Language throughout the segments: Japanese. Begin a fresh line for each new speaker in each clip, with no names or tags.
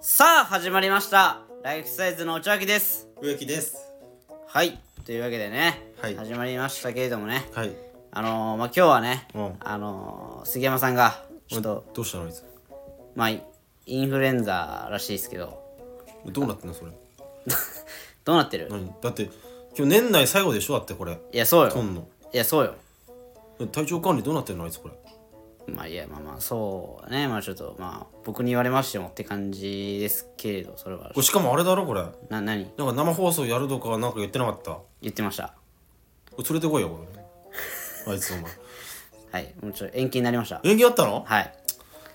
さあ始まりましたライフサイズのおちわきです
植木です
はいというわけでね、
はい
始まりましたけれどもね
はい
あのー、まあ今日はね、
うん
あのー、杉山さんがちょっと
どうしたのあいつ
まあインフルエンザらしいですけど
どうなってんのそれ
どうなってる
何だって今日年内最後でしょだってこれ
いやそう
と
よ
んの
いやそうよ
体調管理どうなってんのあいつこれ
まあいやまあまあそうねまあちょっとまあ僕に言われましてもって感じですけれどそれは
これしかもあれだろこれなんか
な何
生放送やるとかなんか言ってなかったこ
言ってました
れ連れてこいよこ れあいつお前
はいもうちょっと延期になりました
演技あったの
はい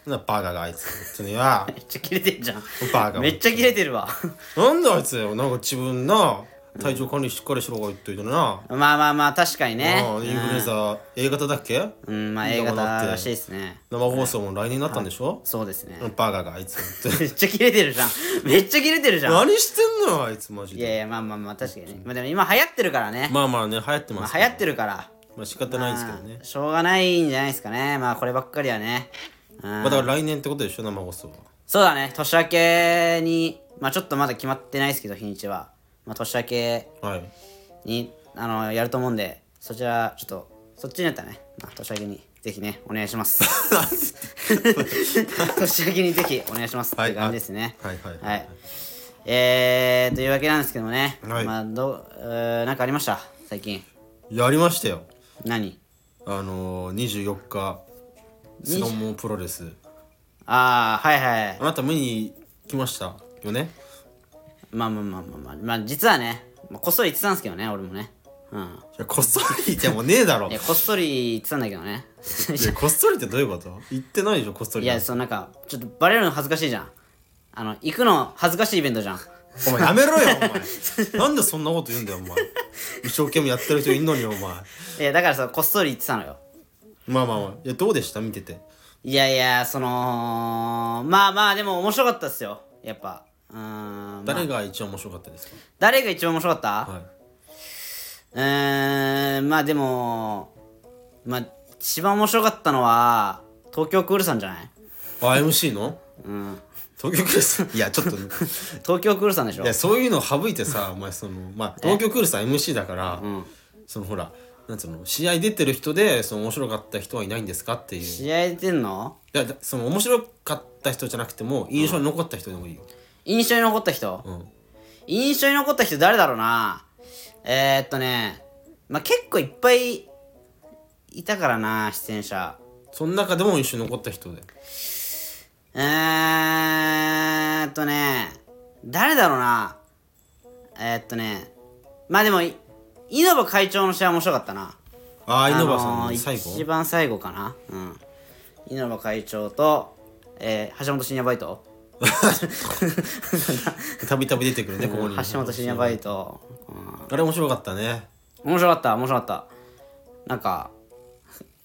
なバカがあいつちょっとや
めっちゃ切れてんじゃん
バカ
めっちゃ切れてるわ
なんであいつよなんか自分な体調管理しっかりしろが言っといてな、
まあまあまあ確かに
あ
ね
あインフルエンザ A 型だっけ
うんまあ A 型らしいですね
生放送も来年になったんでしょ、
そうですね
バカがあいつ本当に
めっちゃ切れてる じゃんめっちゃ切れてるじゃん
何してんのよあいつマジ
い
で
やいやまあまあまあ確かにねまあでも今流行ってるからね
まあまあね流行ってます
流行ってるから
まあ仕方ないんですけどね
しょうがないんじゃないですかねまあこればっかりはねうん
まあだから来年ってことでしょ生放送は
そうだね年明けにまあちょっとまだ決まってないですけど日にちはまあ年明け
はい
にあのやると思うんでそちらちょっとそっちになったらね、まあ、年明けにぜひねお願いします 年明けにぜひお願いしますって
はい
いう感じですね
はいはい
は
はい
いえー、というわけなんですけどもね、
はい
まあどう、えーなんかありました最近
やりましたよ
何
あのー、24日スノモプロレス
ああはいはい
あなた見に来ましたよね
まあまあまあまあまあ、まあ、実はね、まあ、こっそり言ってたんですけどね俺もねうん
いやこっそりじゃもうねえだろ
いやこっそり言ってたんだけどね
いやこっそりってどういうこと言ってないでしょこっそり
いやそのなんかちょっとバレるの恥ずかしいじゃんあの行くの恥ずかしいイベントじゃん
お前やめろよ お前なんでそんなこと言うんだよお前一生懸命やってる人いんのにお前
いやだからさこっそり言ってたのよ
まあまあまあいやどうでした見てて
いやいやそのまあまあでも面白かったっすよやっぱうーん、まあ
誰が一番面白かったです
誰が一番面白かった、
か、はいう
ーんまあでもまあ一番面白かったのは東京クールさんじゃない
あ MC の東京クールさんいやちょっとね
東京クールさんでしょ
いやそういうの省いてさお前そのまあ東京クールさん MC だから、そのほらなんつうの試合出てる人でその面白かった人はいないんですかっていうい
試合出てんの
やだその面白かった人じゃなくても印象に残った人でもいいよ、
印象に残った人、
ん
印象に残った人誰だろうなえー、っとねまあ結構いっぱいいたからな出演者
その中でも印象に残った人で
えーっとね、誰だろうな。えーっとね、まあでも、い稲葉会長の試合は面白かったな。
ああ稲葉
あ
さん
のー
の最後、
一番最後かな。うん。稲葉会長と、えー橋本深夜バイト
たびたび出てくるねここに
橋本深夜バイト。うん
あれ面白かったね
面白かった、面白かった。なんか、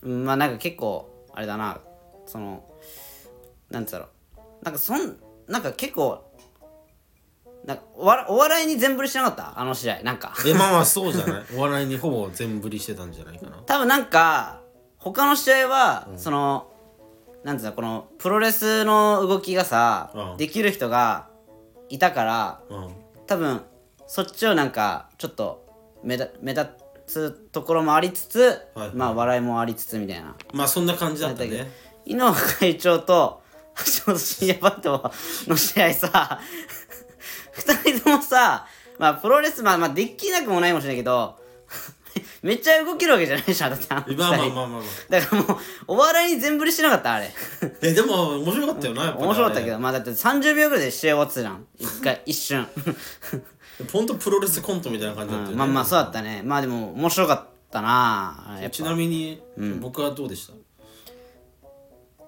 まあなんか結構、あれだな、その、なんつうだろう。なんかそん、なんか結構、なんかおわお笑いに全振りしなかったあの試合、なんか。
えまあまあそうじゃない お笑いにほぼ全振りしてたんじゃないかな
多分なんか、他の試合は、その、なんつうの、この、プロレスの動きがさ、
うん
できる人がいたから、
うん
多分そっちをなんかちょっと目だ目立つところもありつつ、
はい
まあ笑いもありつつみたいな
まあそんな感じだったね
井野会長と橋本深夜バットの試合さ二人ともさまあプロレスまあまあできなくもないかもしれないけどめっちゃ動けるわけじゃないじゃんだってあの二人
まあまあまあまあまあ
だからもうお笑いに全振りしてなかったあれ
えでも面白かったよなやっぱりあれ
面白かったけどまあだって30秒ぐらいで試合終わってたじゃん一回一瞬
ほんとプロレスコントみたいな感じだったよね、
まあまあそうだったねまあでも面白かったなやっ
ち
ぱ
なみに、僕はどうでした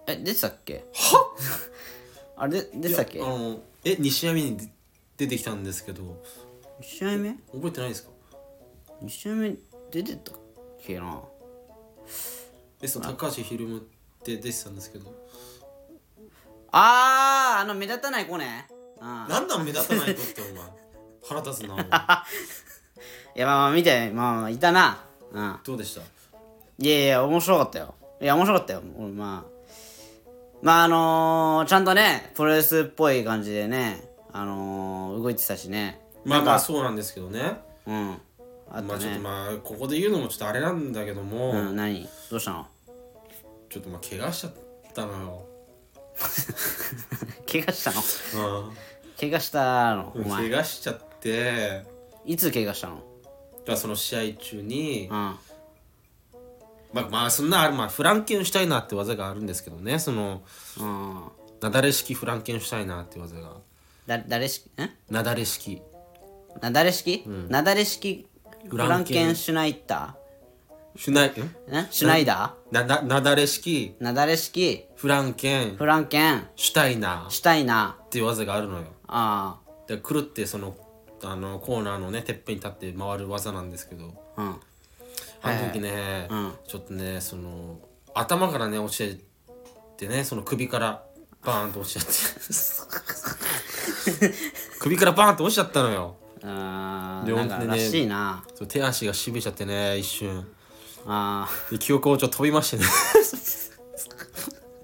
え出てたっけ あれで出てたっ
い
け
やあのえ2試合目に出出てきたんですけど
2試合目
覚えてないですか
?2 試合目出てたっけな
えその高橋ひるむって出てたんですけど
あーあの目立たない子ねうん
なんなん目立たない子ってお前 腹立つなお前
いやまあまあ見てまあまあいたなうん
どうでした
いやいや面白かったよいや面白かったよ俺まあまああのーちゃんとねプロレスっぽい感じでねあのー動いてたしね
まあまあそうなんですけどね
うんあ
ま
と
あちょっと
ね、
まあここで言うのもちょっとあれなんだけども、
うん何どうしたの
ちょっとまあ怪我しちゃったのよ、
怪我したの
うん
怪我したのお前
怪我しちゃって
いつ怪我したの
だからその試合中に、
うん
まあまあそんなあれまあフランケンシュタイナーって技があるんですけどねその
うん
なだれ式フランケンシュタイナーって技が
だ誰式ん
なだれ式
なだれ式、なだれ式フ
フ
ラ
ラ
ン
ンケン
ケンシュナイダ
シュナイん
ーんシュナイダ
なだなだれ式
ーなだれ式
フランケン
フランケン
シュタイナーっ
シュタイナー
ていう技があるのよ
あ
でくるってそのあのコーナーのねてっぺんに立って回る技なんですけど
あうん
あの時ね、ちょっとねその頭からね落ちてねその首からバーンと落ちちゃって首からバーンと落ちちゃったのよ
あ
で
ーなんから
本当
ら
にね
しいな
そう手足がしびれちゃってね一瞬
あ
で記憶をちょっと飛びましてね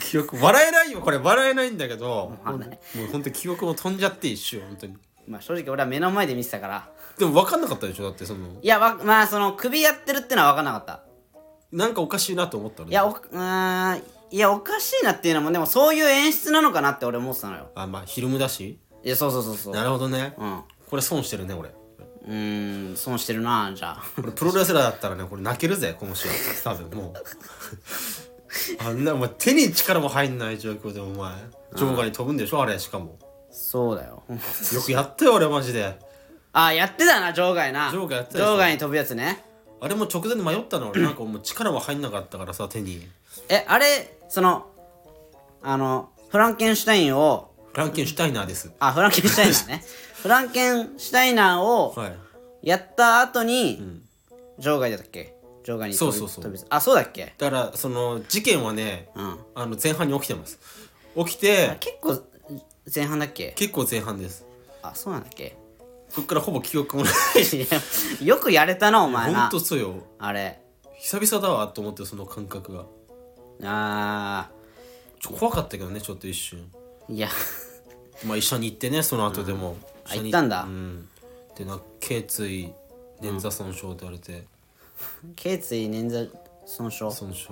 記憶笑えないよこれ笑えないんだけどもう本当に記憶も飛んじゃって一瞬本当に
ーまあ正直俺は目の前で見てたから
でも分かんなかったでしょだってその
いやわまあその首やってるってのは分かんなかった
なんかおかしいなと思ったの
いやおうーんいやおかしいなっていうのもでもそういう演出なのかなって俺思ってたのよ
あまあフィルムだし
いやそうそうそうそう
なるほどね、
うんう
これ損してるね俺
ーん損してるなじゃあ
これプロレスラーだったらねこれ泣けるぜこの試合多分もうあんなお前手に力も入んない状況でお前場外に飛ぶんでしょあれしかも
そうだよ
よくやったよ俺マジで
あやってたな場外な
場外やってたでしょ
場外に飛ぶやつね
あれも直前で迷ったの 俺なんかもう力も入んなかったからさ手に
えあれそのあのフランケンシュタインを
フランケンシュタイナーです
あフランケンシュタイナーね フランケンシュタイナーを
はい
やった後に、場外だったっけ場外に飛び
そうそうそう
飛びあそうだっけ
だからその事件はね、
ん
あの前半に起きてます起きて
結構前半だっけ
結構前半です
あそうなんだっけ
そっからほぼ記憶もない
いやよくやれたなお前
ほん
な
とそうよ
あれ
久々だわと思ってその感覚が
あ
ちょ怖かったけどねちょっと一瞬
ーいや
まあ医者に行ってねその後でも、
あ
医者に
行ったんだ
うんでなんか頸椎捻挫損傷って言われて、
頸椎捻挫損傷
損傷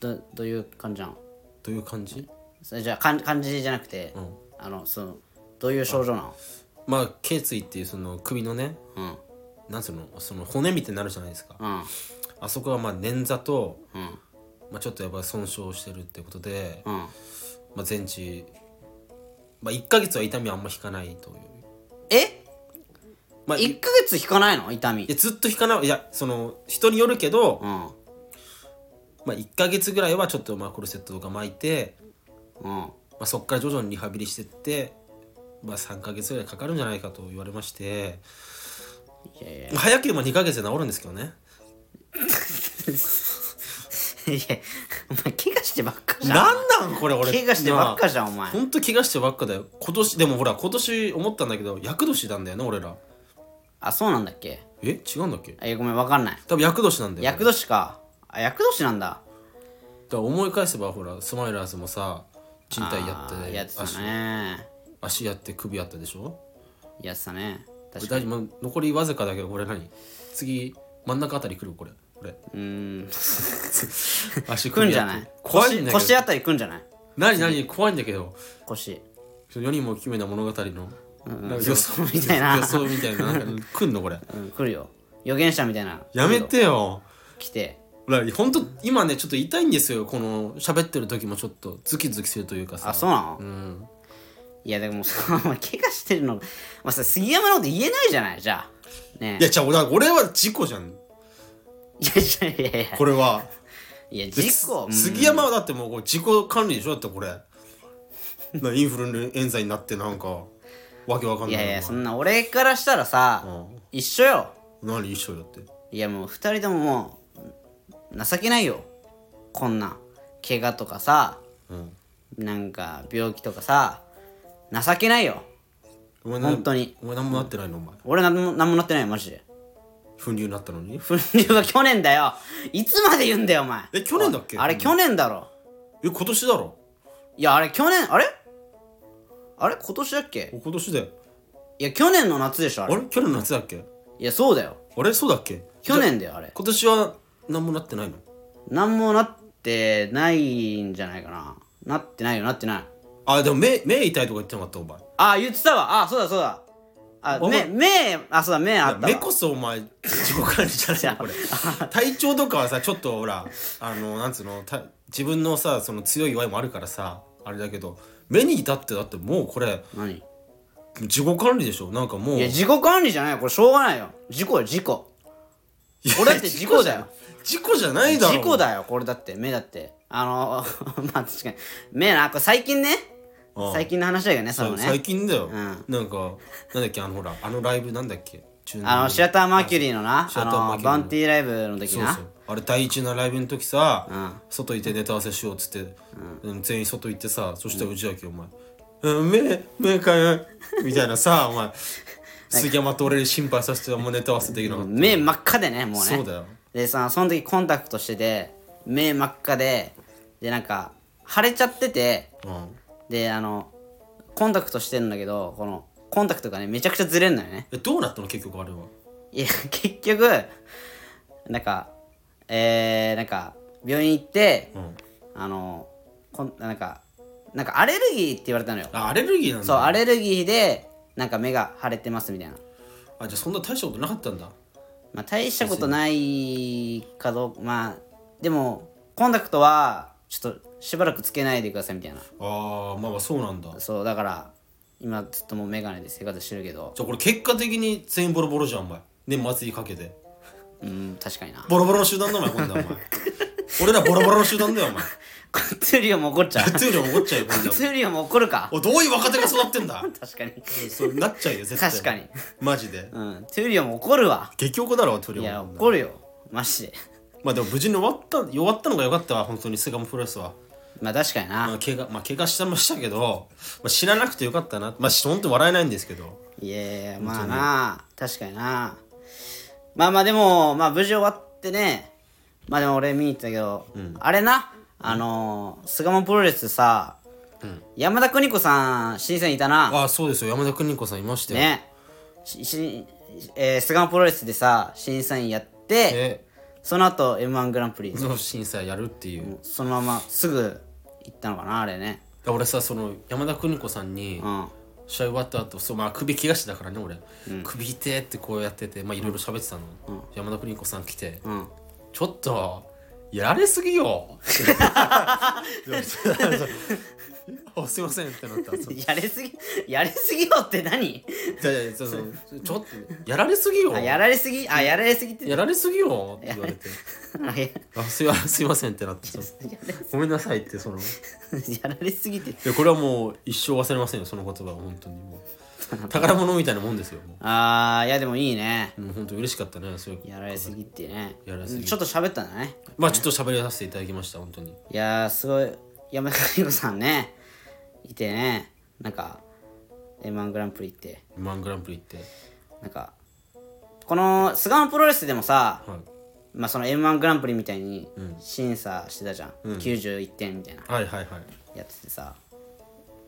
どどういう感じなの
どういう感じ
それじゃあかん感じじゃなくて、
ん
あのそのどういう症状なの
まあ頸椎っていうその首のね
うん
なんつうのその骨みたいになるじゃないですか、
うん
あそこはまあ捻挫と、
うん
まあ、ちょっとやっぱり損傷してるってことで、
うん
まあ、全治、まあ、1ヶ月は痛みはあんま引かないという、
え
まあ、い
一1ヶ月引かないの痛み
いやずっと引かないいやその人によるけど、
うん
まあ、1ヶ月ぐらいはちょっとまあコルセットとか巻いて、
うん
まあ、そこから徐々にリハビリしてって、まあ、3ヶ月ぐらいかかるんじゃないかと言われまして、
いやいや
まあ早ければ2ヶ月で治るんですけどね
いやお前怪我してばっかじゃん
なんなんこれ俺
怪我してばっかじゃんお前
ほんと怪我してばっかだよ今年でもほら今年思ったんだけど厄年なんだよね俺ら
あそうなんだっけ
え違うんだっけ
あいやごめんわかんない
多分厄年なんだよだ
厄年かあ厄年なんだ
から思い返せばほらスマイラーズもさ賃貸やっ
あ
て
やってた
足
ね
足やって首やったでしょ
やってたね確か
大丈夫まあ残りわずかだけどこれ何次真ん中あたり来るこれこれ
にうーん
足
く
組
んじゃない
怖いんだ
腰
けど
腰あたりくんじゃない
何何怖いんだけど
腰
その世にも奇妙な物語の、なんか予想
みたいな
予想みたいななんか来んのこれ
うん来るよ予言者みたいな
やめてよ
来て
俺ほんと今ねちょっと痛いんですよこの喋ってる時もちょっとズキズキするというかさ
あそうなの
うん
いやでもそ のお前怪我してるのまあさ杉山のこと言えないじゃないじゃあね
いやじゃあ俺は俺は事故じゃん
いやいやいやいや
これはい
や事故
す杉山はだってもうこう自己管理でしょだってこれなインフルエンザになってなんかわけわかん
い
ない
やいや
お
そんな俺からしたらさ、一緒よ
前何一緒だって
いやもう二人とももう情けないよこんな怪我とかさ
うん
なんか病気とかさ情けないよ
お前
本当に
お前何もなってないのお前
俺なんもなんもなってないよマジで
粉流になったのに
粉流は去年だよいつまで言うんだよお前
え去年だっけ
あれ去年だろ
え今年だろ
いやあれ去年あれあれ今年だっけ
今年だよ
いや去年の夏でしょあ
あ
れ
れ去年の夏だっけ
いやそうだよ
あれそうだっけ
去年だよあれ
今年は何もなってないの
なんもなってないんじゃないかななってないよなってない
あでも目目痛いとか言ってなかったお前
あ言ってたわあそうだそうだあ
お
目
前
目あそうだ目あった
目
わ
こそお前自己管理じゃないのこれ体調とかはさちょっとほらあのなんつうのた自分のさその強い弱いもあるからさあれだけど目に至ってだってもうこれ
何い
自己管理でしょなんかもう
や自己管理じゃないよこれしょうがないよ事故よ事故俺だって事故だよ
事故じゃないだろ
事故だよこれだって目だってあの まあ確かに目なこれ最近ね
ああ
最近の話だよねその
さ最
ね
近だよ、
ん
なんかなんだっけあのほらあのライブなんだっけ中年
あのシアターマーキュリーのな
シ
あ
アターマーキ
の
ュリーの
バンティーライブの時
そう
な
そうあれ第一のライブの時さ、外行ってネタ合わせしようっつって、うん全員外行ってさそしたらうちだけお前「うん、目目かゆ い」みたいなさお前杉山と俺に心配させてあんまネタ合わせできなかった、
目真っ赤でねもうね
そうだよ
でさその時コンタクトしてて目真っ赤ででなんか腫れちゃってて
うん、
であのコンタクトしてんだけどこのコンタクトがねめちゃくちゃずれんのよね
えどうなったの結局あれはい
や結局なんかえー、なんか病院行って、
ん
あのこんなんかなんかアレルギーって言われたのよ
あアレルギーなんだ
そうアレルギーでなんか目が腫れてますみたいな
あじゃあそんな大したことなかったんだ
まあ大したことないかどうかまあでもコンタクトはちょっとしばらくつけないでくださいみたいな
あーまあまあそうなんだじ
そうだから今ずっともう眼鏡で生活してるけど
ゃあこれ結果的に全員ボロボロじゃんお前年末にかけて
うん確かにな
ボロボロの集団だお前今度は お前俺らボロボロの集団だよお前
コンツーリオも怒っちゃう
ガッツーリ怒っちゃうよ今
コン
度は
ツーリオも怒るか
おどういう若手が育ってんだ
確かに
そうなっちゃうよ絶対
確かに
マジで
うんトゥーリオも怒るわ
激おこだろトリオ
い
ン
や怒るよマジで
まあでも無事に終わった終わったのが良かったわ本当に菅もプロレスは、
まあ確かに
ま
な
あ、怪我まあ怪我してましたけど、まあ、死ななくてよかったなまあ本当に笑えないんですけど
いやいやいやまあな確かになまあまあでもまあ無事終わってねまあでも俺見に行ったけど、あれなあのー、巣鴨プロレスさ、山田邦子さん審査にいたな
ああそうですよ山田邦子さんいましたよ、
ねしし、えー、巣鴨プロレスでさ審査員やって
で
その後 m 1グランプリ
その審査やるっていう、だか
そのまますぐ行ったのかなあれね
ら俺さその山田邦子さんに、
うん
試合終わった後そうまあ首怪我してたからね俺、首痛えってこうやっててまあいろいろ喋ってたの、山田邦子さん来て、
ん
ちょっとやられすぎ よあすいませんってなったそう
やれすぎやれすぎよって何
いやいやそのちょっとやられすぎよ
あやられすぎあやられすぎって
やられすぎよって言わ れて
あや
あすいませんすいませんっ てなってそうごめんなさいってそのい
やられすぎて
やこれはもう一生忘れませんよその言葉は本当に もう宝物みたいなもんですよも
あーいやでもいいね
うもう本当嬉しかったねそういう
やられすぎってね
やられすぎ
ちょっと喋ったんだね
まあちょっと喋りさせていただきました本当に
いやーすごい山田邦子さんねいてねなんか m 1グランプリって
マングランプリって
なんかこの菅野プロレスでもさ、
はい
まあ、その m 1グランプリみたいに審査してたじゃん、91点みたいな
はいはいは い
やっててさ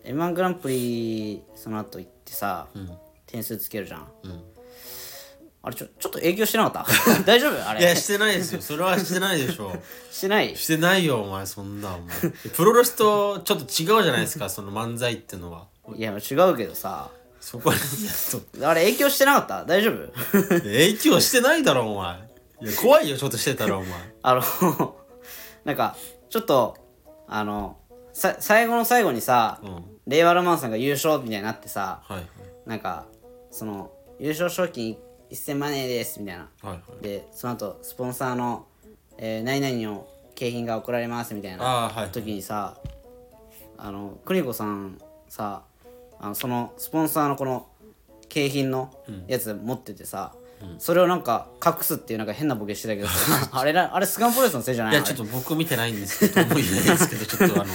m 1グランプリその後行ってさ、点数つけるじゃん、あれちょちょっと影響してなかった 大丈夫あれ
いやしてないですよそれはしてないでしょ
してない
してないよお前そんなお前プロレスとちょっと違うじゃないで すかその漫才ってのはい
や違うけどさ
そこにいやそう
あれ影響してなかった大丈夫
影響してないだろお前いや怖いよちょっとしてたらお前
あの なんかちょっとあのさ最後の最後にさ、
うん
令和ロマンさんが優勝みたいになってさ
はいはい
なんかその優勝賞金1000万円ですみたいな
はいはい
でその後スポンサーの、えー、何々の景品が送られますみたいな
ああはい
時にさあの邦子さんさあのそのスポンサーのこの景品のやつ持っててさ、それをなんか隠すっていうなんか変なボケしてたけど あれなあれスカンプロレスのせいじゃない
いやちょっと僕見てないんですけどもう言えないですけどちょっ とあの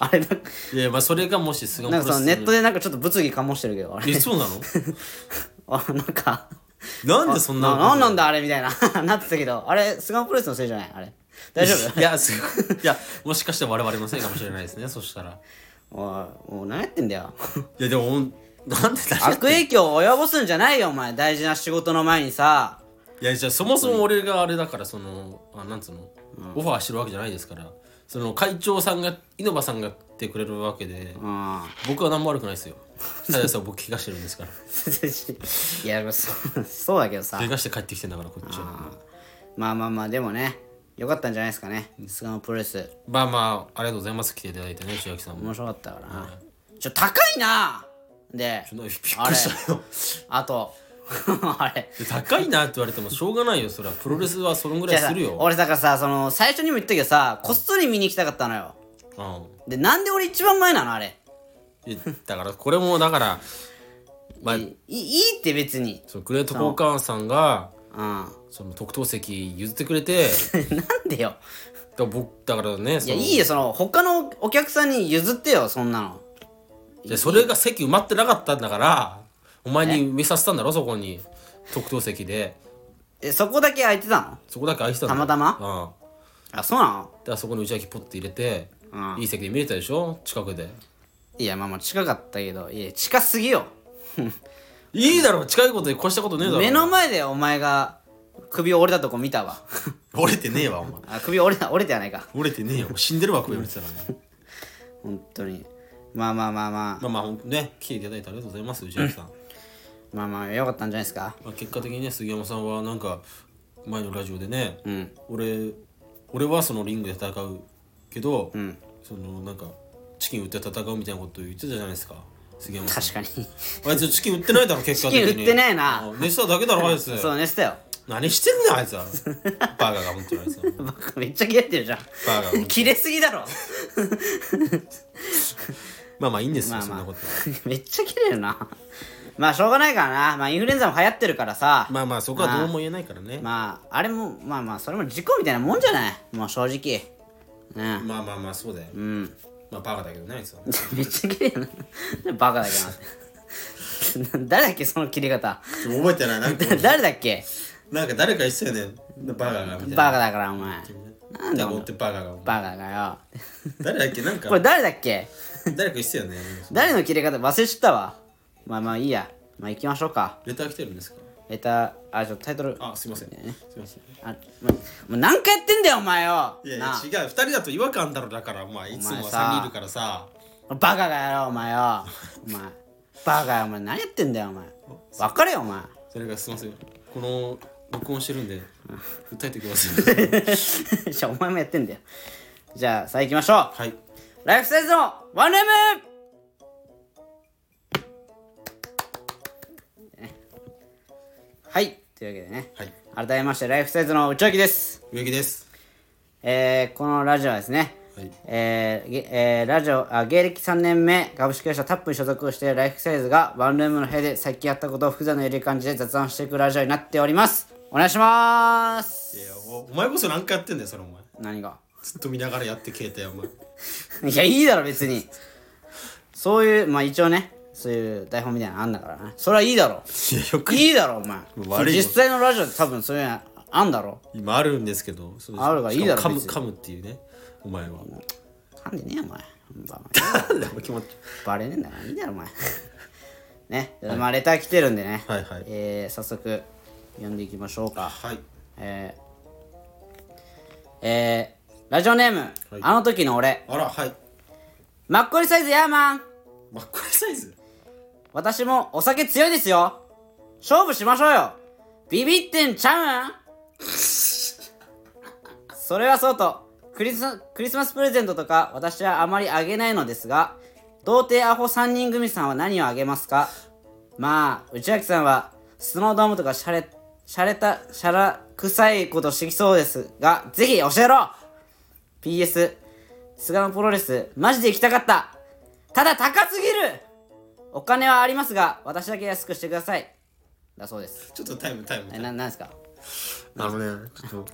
あれあれなんか
いやまあそれがもし菅
な
野
ん
プ
か
ロ
その
レス
ネットでなんかちょっと物議かもしてるけどあれ
えそうなの
あなんか
なんでそん
な
な
なんなんだあれみたいな なってたけどあれ菅野プロレスのせいじゃないあれ大丈夫
いやすごいいやもしかして我々のせいかもしれないですねそしたら
おいもう何やってんだよ
いやでもほんなんでだ
悪影響を及ぼすんじゃないよお前大事な仕事の前にさ
いやじゃあそもそも俺があれだからそのあなんつうの、オファーしてるわけじゃないですからその会長さんが稲葉さんが来てくれるわけで、
うん
僕は何も悪くないですよただでさえ僕怪我してるんですから
いやでもそうそうだけどさ
怪我して帰ってきてんだからこっちは
まあまあまあでもねよかったんじゃないですかね菅野プロレス
まあまあありがとうございます来ていただいてね千秋さんも
面白かったからなちょ高いなで
びっくりしたよ
あと あれ
で高いなって言われてもしょうがないよそれはプロレスはそのぐらいす
じ
る
ゃあ
よ
さ俺だからさその最初にも言ったけどさこっそり見に行きたかったのよ
う
でなんで俺一番前なのあれ
んいやだからこれもだからまあ
いいいいって別に
そのグレート効果ンさんが
う んな
その特等席譲ってくれて
んでよ
だから僕だからねそ
いや
の
いいよその他のお客さんに譲ってよそんなの
いやそれが席埋まってなかったんだからお前に見させたんだろそこに特等席で
えそこだけ空いてたの
そこだけ空いてたんだよ
たま
うん
あそうなの
だからそこに内脇ポッて入れて、
うん
いい席で見れたでしょ近くで
いやまあまあ近かったけどいや近すぎよ
いいだろ近いことで越したことねえだろ
目の前でお前が首折れたとこ見たわ
折れてねえわお前
あ首折れた折れてはないか
折れてねえよ死んでるわこれ折れてたらね
本当にまあまあまあまあ
まあまあほんとね来ていただいてありがとうございます内垣さん、
まあまあよかったんじゃないですか
まあ、結果的にね杉山さんはなんか前のラジオでね、
うん
俺俺はそのリングで戦うけど、
ん
そのなんかチキン売って戦うみたいなことを言ってたじゃないですか杉山さん
確かに
あいつチキン売ってないだろ結果的に
チキン売ってないな
あ熱しただけだろあいつ
そうねしたよ
何してんだ あいつはバーガーが本当にあいつは
バカめっちゃ切れてるじゃ
バカ
ん切れすぎだろ
まあまあいいんですよ、
まあまあ
そんなこ
めっちゃ切れるなまあしょうがないからなまあインフルエンザも流行ってるからさ
とまあまあそこはどうも言えないからね、
まああれもまあまあそれも事故みたいなもんじゃないもう正直ね
まあまあまあそうだよ、
うん
まあバカだけどねあいつは
めっちゃ綺麗なバカだけどな 誰だっけその切り方
覚えてないなんか
誰だっけ
なんか誰か言ってたよねバーガーがみたいな
バカだからお前
なんだってバーガーが
バカだよ
誰だっけなんか
これ誰だっけ
誰か言ってたよね
誰の切れ方忘れちゃったわまあまあいいやまあ行きましょうか
レター来てるんですか
えたあちょっとタイトル
あすいませんすいません
あまもう何回やってんだよお前よ
いやい
な
や
あ
違う2人だと違和感だろだからお前いつもは3人いるからさ
バカがやろお前よお前バカがお前何やってんだよお前別れよお前
それがすいませんこの録音してるんで訴えてく ださい
じゃあお前もやってんだよじゃあさあ行きましょう
はい
ライフサイズのワンルームはいというわけでね
はい
改めましてライフサイズの内脇です、
植木です
えー、このラジオはですね、
はい
えーげえーラジオあ芸歴3年目株式会社タップに所属をしているライフサイズがワンルームの部屋で最近やったことを複雑な緩い感じで雑談していくラジオになっておりますお願いします
いやおお前こそ何回やってんだよそれお前
何が
ずっと見ながらやって携帯お前
いや、いいだろ、別に。そういう、まあ一応ね、そういう台本みたいなのあんだからね。それはいいだろ。
いやよく
いいだろ、お前。
悪いよ
実際のラジオで多分そういうのあんだろ。
今あるんですけどそうです
あるからいいだろ
しかも
別
噛
に
む噛むっていうねお前は
噛んでねえよ、お前。 バ
なんだよ気持ち
バレねえんだから、いいだろ、お前。 ね、まあレター来てるんでね。
はいはい
えー、早速、読んでいきましょうか。
はい
えー、えー、ラジオネーム、
はい
あの時の俺、
あらはい
マッコリサイズヤーマン。
マッコリサイズ
私もお酒強いですよ勝負しましょうよビビってんちゃうんそれはそうとクリスクリスマスプレゼントとか私はあまりあげないのですが童貞アホ3人組さんは何をあげますかまあ内脇さんはスノードームとかシャレシャレたシャラ臭いことしてきそうですがぜひ教えろ PS 菅野プロレスマジで行きたかったただ高すぎるお金はありますが私だけ安くしてくださいだそうです
ちょっとタイムタイム
えななんですか
あのね、ちょっと、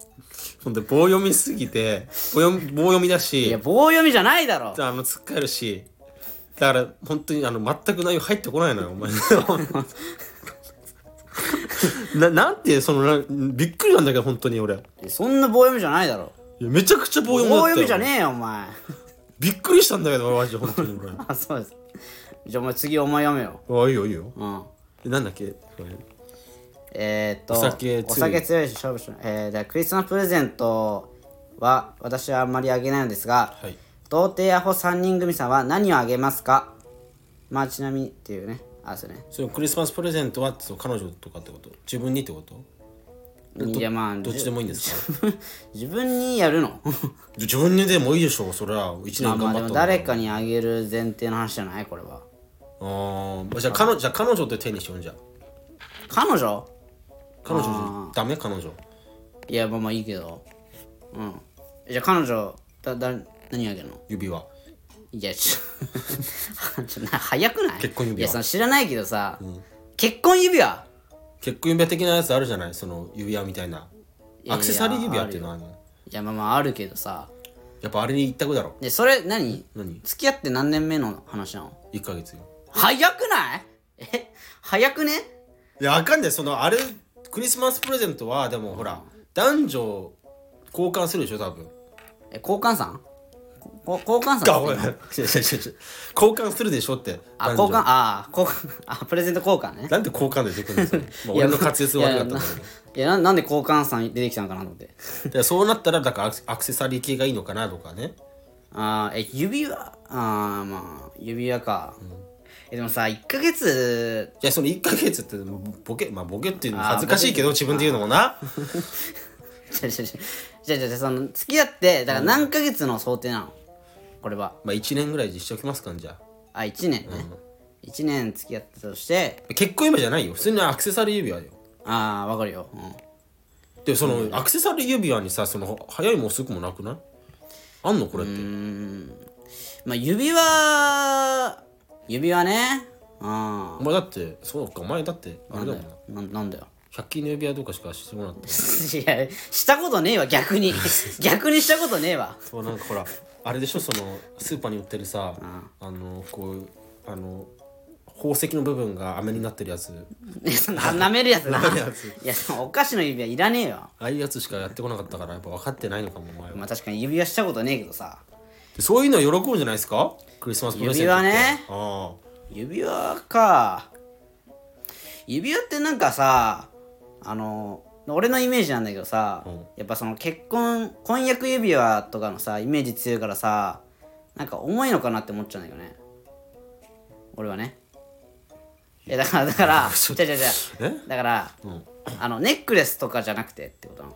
ほんで棒読みすぎて、棒読み棒読みだ
いや
し、
棒読みじゃないだろ
あの、つっかえるし、だから、本当に、あの、全く内容入ってこないのよ、お前。 ななんてそのなびっくりなんだけど本当に俺い
そんな棒読みじゃないだろ
やめちゃくちゃ棒
棒
読みだったよ
読みじゃねえよお前
びっくりしたんだけど俺マジで本当に
あそうですじゃあお前次お前読めよ
俺あいいよいいよ
うん
えなんだっけ
えー、っと
お酒強い
お酒強いし勝負しない、えー、でクリスマスプレゼントは私はあんまりあげないのですが、
はい
童貞アホ3人組さんは何をあげますかまあちなみにっていうねあそうね
そのクリスマスプレゼントはそう彼女とかってこと自分にってこと
いやまあ
どっちでもいいんですか
自分にやるの
自分にでもいいでしょそれは1年
まあ
頑張
まあで
った
も
の
誰かにあげる前提の話じゃないこれは
あーじゃあ彼女じゃあ彼女って手にしようんじゃん
彼女
彼女ダメ彼女
いやまあまあいいけどうんじゃあ彼女だだ何あげるの
指輪
いやちょちょ な早くない
結婚
い
指輪
やその知らないけどさ、結婚指輪
結婚指輪的なやつあるじゃないその指輪みたいなアクセサリー指輪っていうのはあるの
いやまあまああるけどさ
やっぱあれに一択だろ
でそれ何
何
付き合って何年目の話なの
1ヶ月よ
早くないえ早くね
いやわかんないそのあれクリスマスプレゼントはでもほら男女交換するでしょ多分
え交換さんこ交換さ
が
ん
おい違う違う違う交換するでしょって
あ
男
交
女
換あー交換あプレゼント交換ね
なんで交換でしょこの人ま あ俺の滑舌悪かったんだけど
いやななんで交換さん出てきたのかなと思って
だからそうなったらだからアクアクセサリー系がいいのかなとかね
あーえ指輪あーまあ指輪か、えでもさ1ヶ月
いやその1ヶ月ってもうボケまあボケっていうのも恥ずかしいけど自分で言うのもな
じゃじゃじゃじゃじゃその付き合ってだから何ヶ月の想定なのこれは
まあ1年ぐらいにしておきますかじゃ
あ
あ
1年ね、一1年付き合ったとして
結婚指輪じゃないよ普通にアクセサリー指輪よ
ああわかるよ、うん
でそのアクセサリー指輪にさその早いも遅くもなくないあんのこれって
まあ指輪指輪ねあ
お前だってそうかお前だってあれだもんな
あななんだよ
100均の指輪とかしかしてもらって
いやしたことねえわ逆に 逆にしたことねえわ
そうなんかほらあれでしょそのスーパーに売ってるさあのこうあの宝石の部分が飴になってるやつ
ねそ んな舐めるやつな
舐めるやつ
いやそのお菓子の指輪いらねえわ
ああいうやつしかやってこなかったからやっぱ分かってないのかもお前は
まあ確かに指輪したことねえけどさ
でそういうのは喜ぶんじゃないですかクリスマスプレゼントって
指輪ね
ああ
指輪か指輪ってなんかさあの俺のイメージなんだけどさ、
うん
やっぱその結婚婚約指輪とかのさイメージ強いからさなんか重いのかなって思っちゃうんだよね俺はねいやだからだからじゃじゃじゃ
え
だから、あのネックレスとかじゃなくてってことなの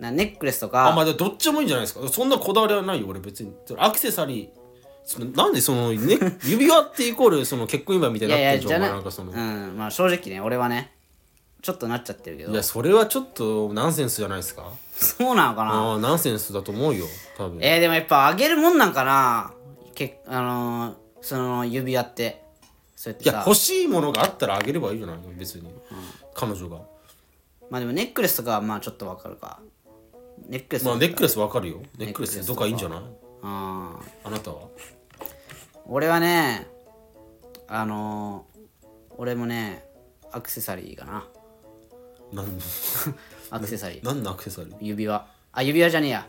なネックレスと
あ
か
まあどっちもいいんじゃないですかそんなこだわりはないよ俺別にそのアクセサリーそのなんでその、ね、 指輪ってイコールその結婚指輪みたい
い
にな
や
っ
い
て
や
るじ
じ
ゃ
ゃ
ん
ない
お前なんかその
うんまあ正直ね俺はねちょっとなっちゃってるけど
いやそれはちょっとナンセンスじゃないですか
そうなのかな
ああナンセンスだと思うよ多分
えー、でもやっぱあげるもんなんかなけあのー、その指輪ってそうやっ
い
て
や
さ
欲しいものがあったらあげればいいじゃない別に、彼女が
まあでもネックレスとかはまあちょっとわかるかネックレス
まあ
あ
ネックレスわかるよネックレ
ネックレス
ス
と
ど
か
っかいいんじゃない
あ
あなたは
ー俺はねあのー、俺もねアクセサリーかな
何
アクセサリー
何のアクセサリー
指輪あ指輪じゃねえや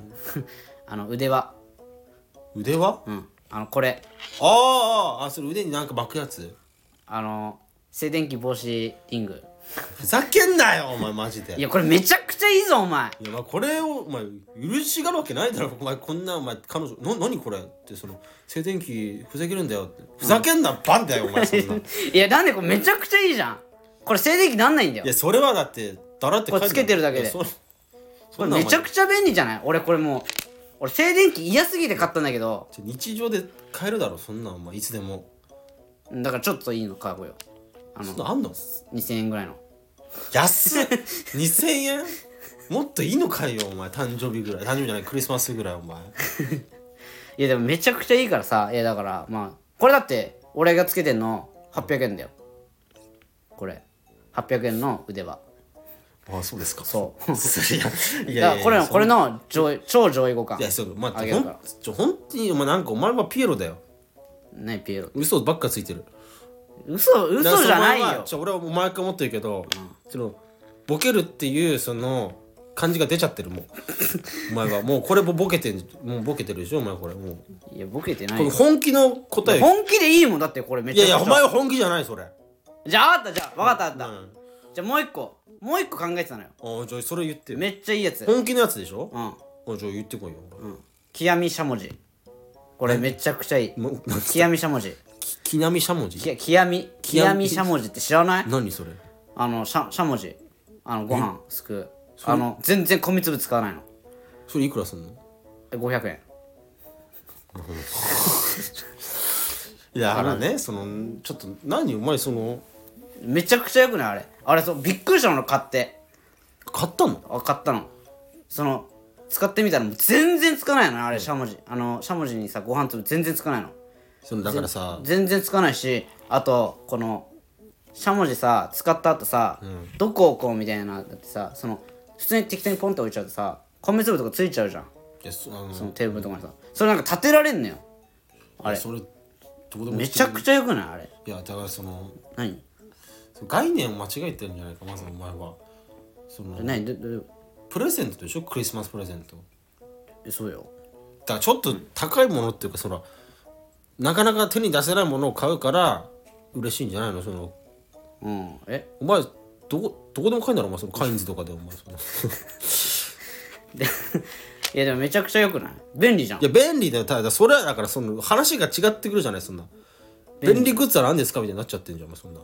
あの腕輪
腕輪
うんあのこれ
あーあーあそれ腕になんか巻くやつ
あの静電気防止リング
ふざけんなよお前マジで
いやこれめちゃくちゃいいぞお前
いやまあこれをお前許しがるわけないだろお前こんなお前彼女な何これってその静電気ふざけるんだよってふざけんなバンだよお前そんない
いやなんでこれめちゃくちゃいいじゃんこれ静電気なんないんだよ
やそれはだってだらって書いあ
これつけてるだけで
いやそ
こ
そ
れ
んなお
め
前
ちゃくちゃ便利じゃない俺これもう俺静電気嫌すぎて買ったんだけど
ちょ日常で買えるだろそんなんお前いつでも
だからちょっといいの買おうよあ
そん
の
なんあんの
2000円ぐらいの
安っ2000円もっといいのかよお前誕生日ぐらい誕生日じゃないクリスマスぐらいお前
いやでもめちゃくちゃいいからさいやだからまあこれだって俺がつけてんの800円だよこれ800円の腕輪
ああそうですか
そう
いやい
だ
や
か
い
ら
や
これの
そ
これ
ん
の上位超上位互
いや
換
そうまあ
あげ
ほ
るから
んちょ本当にお前なんかお前はピエロだよ
ねピエロ
嘘ばっかついてる
嘘嘘じゃない
だからそのまま
よ
ちょ俺はお前から思ってるけど、そのボケるっていうその感じが出ちゃってるもう お前はもうこれもボケてんもうボケてるでしょお前これもう
いやボケてな
こ
い
れ
よ
本気の答え
本気でいいもんだってこれめっ
い
ちゃ
やいやお前
は
は本気じゃないそれ
じゃあ分かったじゃあ分かった分
う
かっ
ん
たじゃあもう一個もう一個考えてたのよ
あじゃあそれ言ってよ
めっちゃいいやつ
本気のやつでしょ
うん
あじゃあ言ってこいよ
極みしゃもじこれめちゃくちゃいい
もなんつ
極みしゃもじ
き木並しゃもじ
き極み極みしゃもじって知らない
何それ
あのしゃしゃもじあのご飯すくうあの全然米粒使わないの
それいくらすんの
え500円
いやあらねそのちょっと何お前その
めちゃくちゃよくないあれあれそうびっくりしたの買って
買ったの
あ買ったのその使ってみたらもう全然つかないのねあれしゃもじあのしゃもじにさご飯粒全然つかないの
そのだからさ
全然つかないしあとこのしゃもじさ使った後さ、どこをこうみたいなだってさその普通に適当にポンって置いちゃうとさ米粒とかついちゃうじゃん
いやそあの
そのテーブルとかにさそれなんか立てられんのよあれ
それどうでも
めちゃくちゃよくないあれ
いやだからその
何
その概念を間違えてるんじゃないかまずお前はその
何どど
プレゼントでしょクリスマスプレゼント
えそうよ
だからちょっと高いものっていうかそらなかなか手に出せないものを買うから嬉しいんじゃないのその
うんえ
お前どこどこでも買えんだろお前そのカインズとかでお前その
でいやでもめちゃくちゃよくない便利じゃん
いや便利だよただそれはだからその話が違ってくるじゃないそんな便利グッズは何ですかみたいになっちゃってんじゃんお前そんな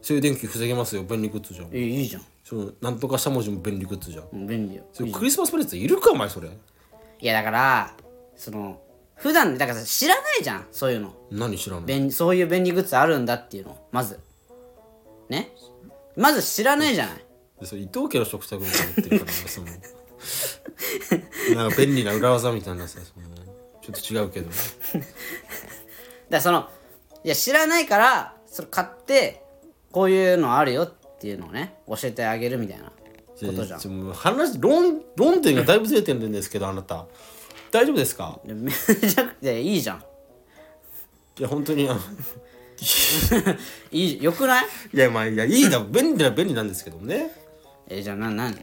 静電気防げますよ便利グッズじゃん
えいいじゃん
そのなんとかした文字も便利グッズじゃん
うん便利よ
それクリスマスプレゼントいるかお前それ
いやだからその普段だからさ知らないじゃんそういうの
何知らない
便そういう便利グッズあるんだっていうのまずねまず知らないじゃない
でそれ伊藤家の食卓みたいになってるからね そのなんか便利な裏技みたいなさそのちょっと違うけど
だからそのいや知らないからそれ買ってこういうのあるよっていうのをね教えてあげるみたいなことじゃん
ちょもう話論論点がだいぶずれてるんですけどあなた大丈夫ですか
でめちゃくちゃいいじゃん
いや本当にあの
いいよくない
いやまあいやいいだ便利は便利なんですけどもね
えじゃあな何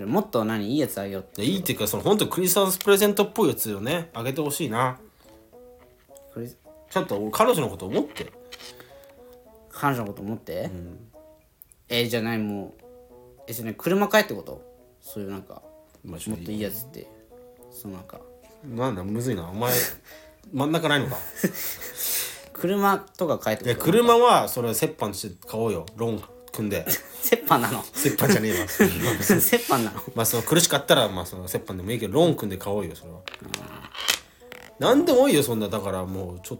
もっと何いいやつあげようっ
い
て
やいいっていうかその本当クリスマスプレゼントっぽいやつをねあげてほしいな
これ
ちょっと俺彼女のこと思って
彼女のこと思って、えじゃあ何もうえそれ、ね、車買えってことそういうなんか
まあちょ
も
っ
っ
と
といいやつってそのなんか
なんだむずいなお前 真ん中ないのか
車とか買えっ
いや
てこと
車はそれ折半して買おうよローン組んで
折半なの
折半じゃねえわ
折半なの
まあその苦しかったらまあその折半でもいいけどローン組んで買おうよそれはなんでもいいよそんなだからもうちょ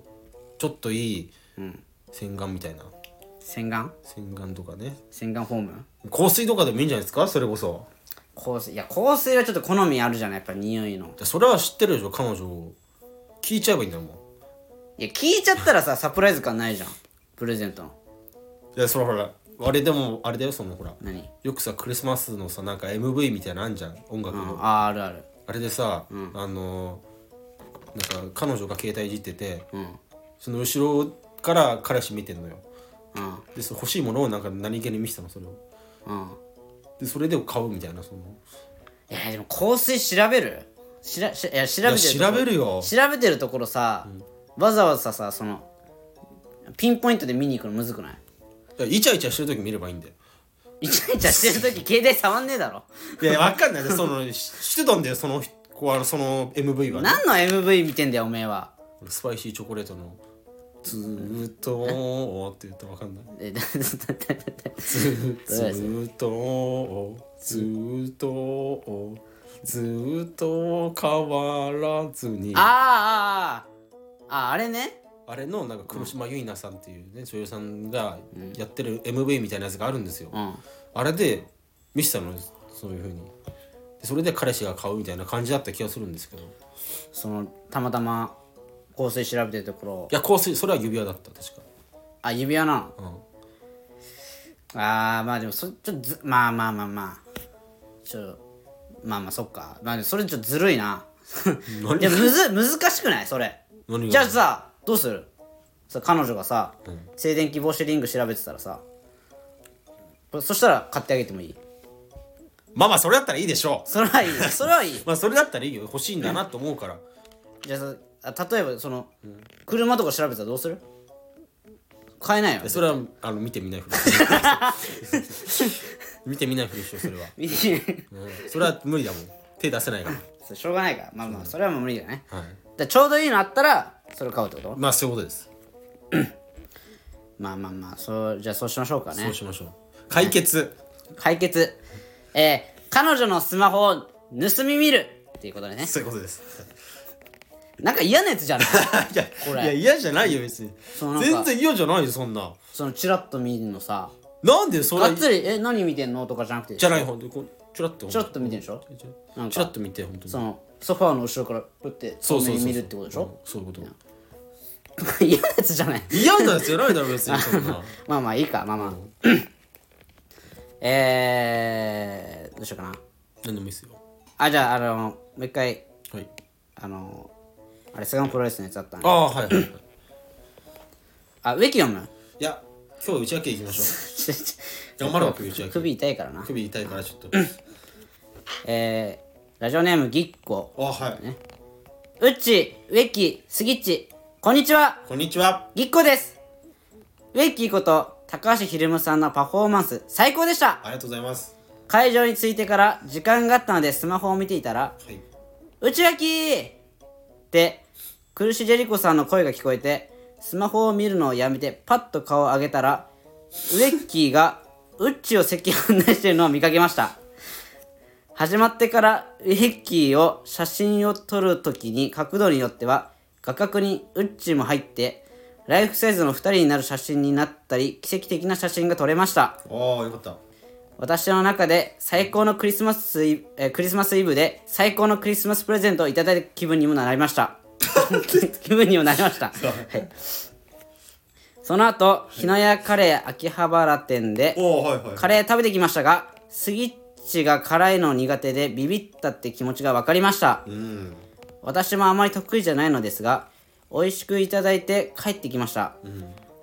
ちょっといい洗顔みたいな
洗顔
洗顔とかね
洗顔フォーム
香水とかでもいいんじゃないですかそれこそ
香水いや香水はちょっと好みあるじゃないやっぱ匂いの
でそれは知ってるでしょ彼女を聞いちゃえばいいんだもん
いや聞いちゃったらさサプライズ感ないじゃんプレゼントの
いやそれほらあれでもあれだよそのほら
何
よくさクリスマスのさなんか MV みたいなのあんじゃん音楽
あ
の
ああるある
あれでさ、あのーなんか彼女が携帯いじってて、
ん
その後ろから彼氏見てんのよ
うん
でその欲しいものをなんか何気に見せたのそれを
うん
でそれで買うみたいなその
いやでも香水調べるしらしいや調べてる
いや調べるよ
調べてるところさ、わざわざさそのピンポイントで見に行くのむずくない
いやイチャイチャしてる時見ればいいんだよ
イチャイチャしてる 時携帯触んねえだろ
いやわかんないそのししてたんだよその子はその MV はね
何の MV 見てんだよおめえは
スパイシーチョコレートのずーっとーって言ったらわかんない
えだだだだだ
ずーっとずーっとずーっと変わらずにあ
あーあーあーああれね
れのなんか黒島結菜さんっていうね女優さんがやってる MV みたいなやつがあるんですよ、
うん
あれで見せたのそういうふうにでそれで彼氏が買うみたいな感じだった気がするんですけどい
そのたまたま香水調べてるところ
や香水それは指輪だった確か
あ指輪なの、ああまあでもそちょっとずまあまあまあまあちょまあまあそっかまあでもそれちょっとずるいな
何
いやむず難しくないそれ
何が
じゃあさどうするさ彼女がさ、静電気防止リング調べてたらさそしたら買ってあげてもいい
まあまあそれだったらいいでしょ
それ はいいそれはいいう
まあそれだったらいいよ欲しいんだなと思うから
じゃあさあ例えばその、車とか調べたらどうする買えないよ
それはあの見てみない ふり見てみないふりしようそれは、
見 て
うんそれは無理だもん手出せないから
そうしょうがないからまあまあそれはもう無理だね、
はい
でちょうどいいのあったらそれ買うってこと
まあそういうことです、
まあまあまあそうじゃあそうしましょうか
そ
ね
うしましょう解決
解決えー、彼女のスマホを盗み見るっていうことでね
そういうことです
なんか嫌なや つじゃない
いや
これ
いや嫌じゃないよ別に
うなんか
全然嫌じゃないよそんな
そのチラッと見るのさ
なんでそれ
がっつり「え何見てんの?」とかじゃなくて
じ
ち
ゃないほんとこうチラッと
ょっと見てんでしょなん
チ
か
ラッと見て本当に
そのソファーの後ろからプって
そ
正
うそうそ
面
うそう
見るってことでしょ
うんそういうこと
嫌なやつじゃない
嫌なやつじゃないだろ別にそんな
まあまあいいかまあまあえー、どうしようかな
何でもいいですよ
あじゃああのもう一回
はい
あのあれセガンプロレスのやつあったん
あ
で
あはいはいはい
あ植木読む
いや今日打ち明け行きましょう
ちょちょ
頑張ろう首打ち明け
首痛いからな
首痛いからちょっと
えー、ラジオネームぎっこ
あはい
うっち植木すぎっちこんにちは
こんにちは
ぎっこですウェッキーこと高橋ひるむさんのパフォーマンス最高でした
ありがとうございます
会場に着いてから時間があったのでスマホを見ていたら
はい
「内垣!」って苦しジェリコさんの声が聞こえてスマホを見るのをやめてパッと顔を上げたらウェッキーがウッチを赤飯内しているのを見かけました始まってからウェッキーを写真を撮るときに角度によっては画角にウッチも入ってライフサイズの2人になる写真になったり奇跡的な写真が撮れました
ああよかった
私の中で最高のクリスマスイブ、えークリスマスイブで最高のクリスマスプレゼントをいただいた気分にもなりました気分にもなりましたはいその後日野屋カレー秋葉原店で
おおはいはい
カレー食べてきましたがスギッチが辛いの苦手でビビったって気持ちが分かりました
うん
私もあまり得意じゃないのですが美味しくいただいて帰ってきました、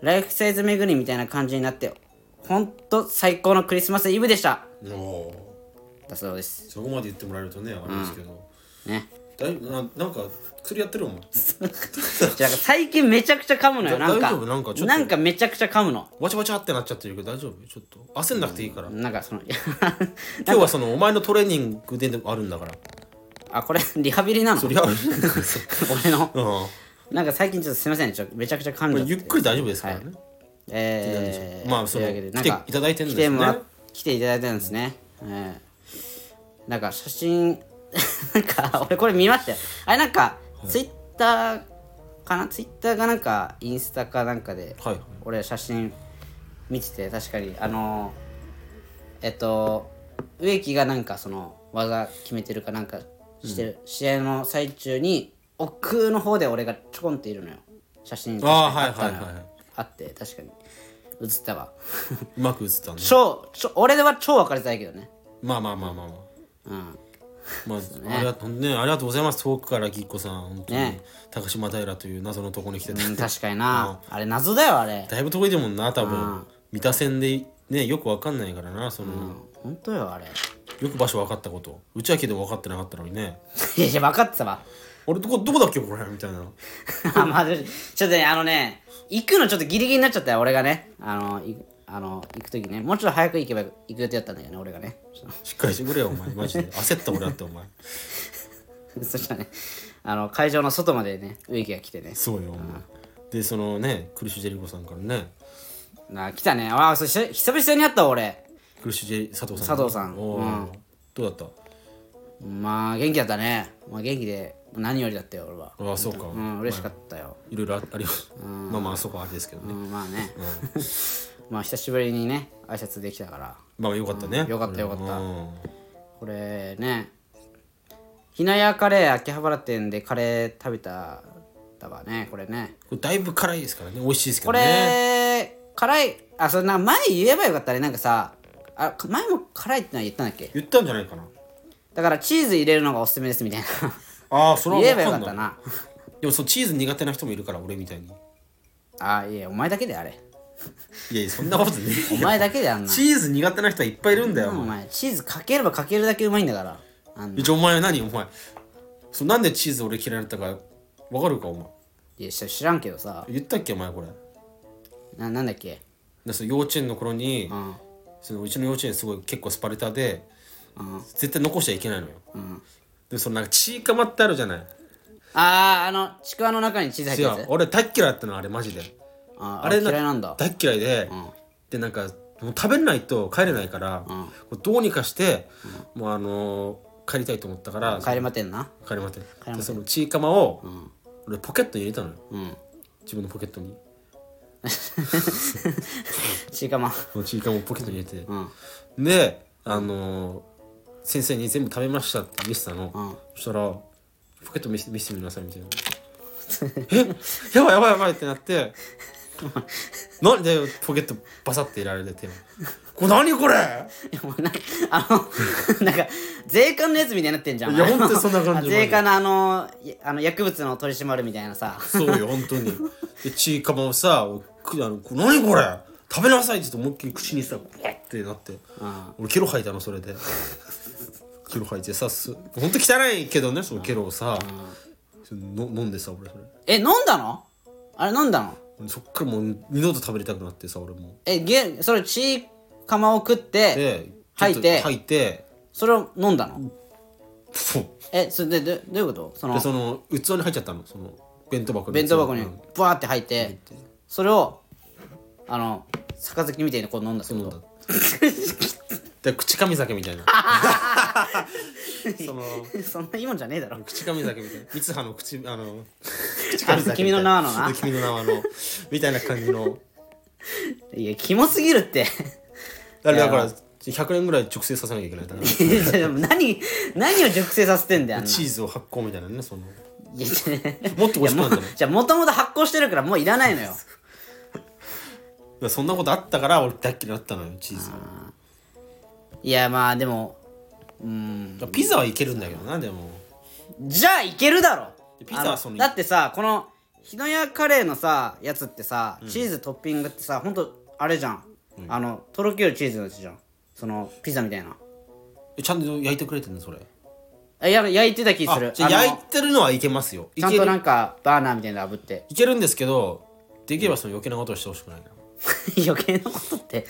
ライフサイズ巡りみたいな感じになってほんと最高のクリスマスイブでした
おお
だそうです
そこまで言ってもらえるとねあれですけど
ね
だいななんか薬やってるもん
じゃあ最近めちゃくちゃ噛むのよ
だ
なんか
大丈夫なんかちょっと
なんかめちゃくちゃ噛むの
わちゃわちゃってなっちゃってるけど大丈夫ちょっと焦んなくていいから
なんかその
今日はそのお前のトレーニングであるんだから
あこれリハビリなの
そりゃ
俺の
う
なんか最近ちょっとすいませんちょめちゃくちゃ噛んじゃ
ん
って
ゆっくり大丈夫ですからね
えー、
まあその
というわけで
来て
なんか
いただいてるんで
来て
すね
もら来ていただいてるんですね、えーなんか写真 なんか俺これ見ましたよあれなんか、ツイッターかなツイッターがなんかインスタかなんかで、
はい
俺写真見てて確かにあのーえっと植木がなんかその技決めてるかなんかしてる、試合の最中に奥の方で俺がちょこんっているのよ写真
ああ
確か
はい
にったのよ
はいはいはい
あって確かに映った わ
うまく映ったね
超超俺では超分かりづらいけどね
まあまあまあまあまあ
うん
まあ、ありがとうね、ありがとうございます。遠くからぎっこさん、本当に、
ね
高島平という謎のとこに来てて、
うん確かに なあれ謎だよあれ
だいぶ遠いでもんな、多分。三田線で、ね、よくわかんないからな、その、
本当よあれ
よく場所分かったこと。うちはけど分かってなかったのにね。
いやいや分かってたわ
俺、どこ、どこだっけ、これみたいな。
あまあでもちょっとねあのね行くのちょっとギリギリになっちゃったよ俺がねあのいあの行く時ねもうちょっと早く行けば行く予定だったんだけどね俺がね ちょっ
しっかりしてくれよ、お 前、マジで。焦った俺だって、お前。
とそしたらねあの会場の外までね植木が来てね
そうよ、お前。で、そのね、クルシジェリコさんからね、
なあ来たねわあそし久々に会ったわ俺
クルシジェリ佐藤さん。
佐藤さん
おーどうだっ
まあ元気だったね、まあ、元気で何よりだったよ俺は
たああ、そうか。
うん嬉しかったよ、
いろいろああります。まあまあ、そこはあれですけどね。
うん、まあね、まあ久しぶりにね挨拶できたから
まあ、よかったね。
よかったよかった
うん
これねひなやカレー秋葉原店でカレー食べただわねこれね
これだいぶ辛いですからね美味しいですけ
こ
ど
れ、
ね
辛いあそんな前言えばよかったねなんかさあ前も辛いってのは言ったんだっけ
言ったんじゃないかな
だからチーズ入れるのがおすすめですみたいな
ああそれは
言えば
分
よか
か
っ
ん
た
ない
な
でもそうチーズ苦手な人もいるから俺みたいに
あいやお前だけであれ
いやいやそんなことねえ
お
よ
前だけであんな
チーズ苦手な人はいっぱいいるんだよ
お
お前
前チーズかければかけるだけうまいんだからあんな
じゃあお前は何お前そうなんでチーズ俺嫌いだったかわかるかお前
いや知らんけどさ
言ったっけお前これ
ななんだっけ
でそう幼稚園の頃に
うん
そのうちの幼稚園すごい結構スパルタで
うん
絶対残しちゃいけないのよ
うん
でそのなんかチーカマってあるじゃない
あああのちくわの中にチーズ入っ
違
てるや
う
つ
俺大っ嫌いだったのあれマジで
あー
あ
あ
れ
れ嫌いなんだ
大っ嫌いで、
ん
でなんかもう食べないと帰れないから、
ん
これどうにかして、もうあのー帰りたいと思ったから
帰りまてんな
帰りまて
りまて
でそのチーカマを、
ん
俺ポケットに入れたのよ
うん
自分のポケットに
ちいかま
そのチーカマをポケットに入れて、
うん
であのー先生に全部食べましたって見せたの、
うん
そしたらポケット見せ見せてみなさい みたいなえやばいやばいやばいって なってなんでポケットバサって入れられててこれ何これ
いやもうなんかあ のなんか税関のやつみたいになってんじゃん
いやほんとにそんな感じ
あの税関のあのいあの薬物の取り締まるみたいなさ
そうよ本当にでチーカマをさくあのこれ何これ食べなさいって言って思いっきり口にさブワッてなって
うん
俺ケロ吐いたのそれでケロ吐いてさすほんと汚いけどねそのケロをさ、の飲んでさ俺それ
え飲んだのあれ飲んだの
そっからもう二度と食べれたくなってさ俺も
えげそれちいかまを食って
で
吐いて
ちょっと吐いて
それを飲んだの
そう
えそれでどどういうことそ
で
の
その器に入っちゃったのその弁当箱に
弁当箱に
うん
ブワーって入ってそれをあの杯みたいにこう飲んだって
飲
こ
んだ
と
で口噛み酒みた いなその
そんないいもんじゃねえだろ
口噛み酒みたいな 三葉の口あの
あ君の名はのな
君の名はのみたいな感じの
いやキモすぎるって
だからだから100年ぐらい熟成させなきゃいけないだから
いやでも何何を熟成させてんだよあんな
チーズを発酵みたいなねその
いやいや
もっと美味しくなるんじゃない
じゃあもともと発酵してるからもういらないの よ
いやそんなことあったから俺大っ嫌いだったのよチーズ
いやまあでもうーん
ピザはいけるんだけどなでも
じゃあいけるだろ
ピザは
あの
その
だってさこの日の屋カレーのさやつってさ、チーズトッピングってさほんとあれじゃん、あのとろけるチーズのやつじゃんそのピザみたいな
えちゃんと焼いてくれてんのそれ
あや焼いてた気す
あ
る
じゃあ
あの
焼いてるのはいけますよい
ちゃん
け
と
る
なんかバーナーみたいなの炙って
いけるんですけどできればその余計なことはしてほしくないな
余計なことって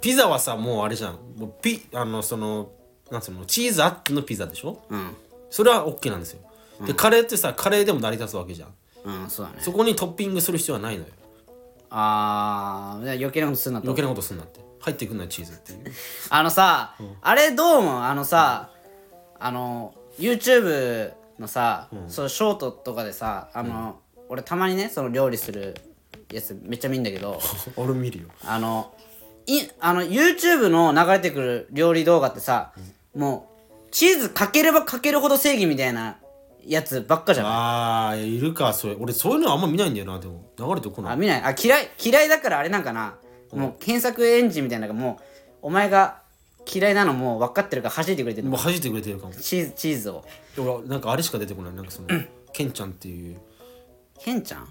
ピザはさもうあれじゃんもうピあのそのなんつうのチーズあってのピザでしょ
うん
それは OK なんですよでカレーってさカレーでも成り立つわけじゃん
うんそうだね
そこにトッピングする必要はないのよ
あーじゃあ余計なことするなと
余計なことすんなって入ってくんなチーズっていう
あのさ、あれどうもあのさ、あの YouTube のさ、そのショートとかでさあの、俺たまにねその料理するやつめっちゃ見んだけど
俺見るよ
あのいあの YouTube の流れてくる料理動画ってさ、もうチーズかければかけるほど正義みたいなやつばっかじゃない
あーいるかそれ俺そういうのあんま見ないんだよなでも流れてこな
あ
い
見ないあ嫌い嫌いだからあれなんかな、もう検索エンジンみたいなのがもうお前が嫌いなのもう分かってるから走ってくれてるの
もう弾いてくれてるかも
チーズチーズを
俺なんかあれしか出てこないなんかその、ケンちゃんっていう
ケンちゃん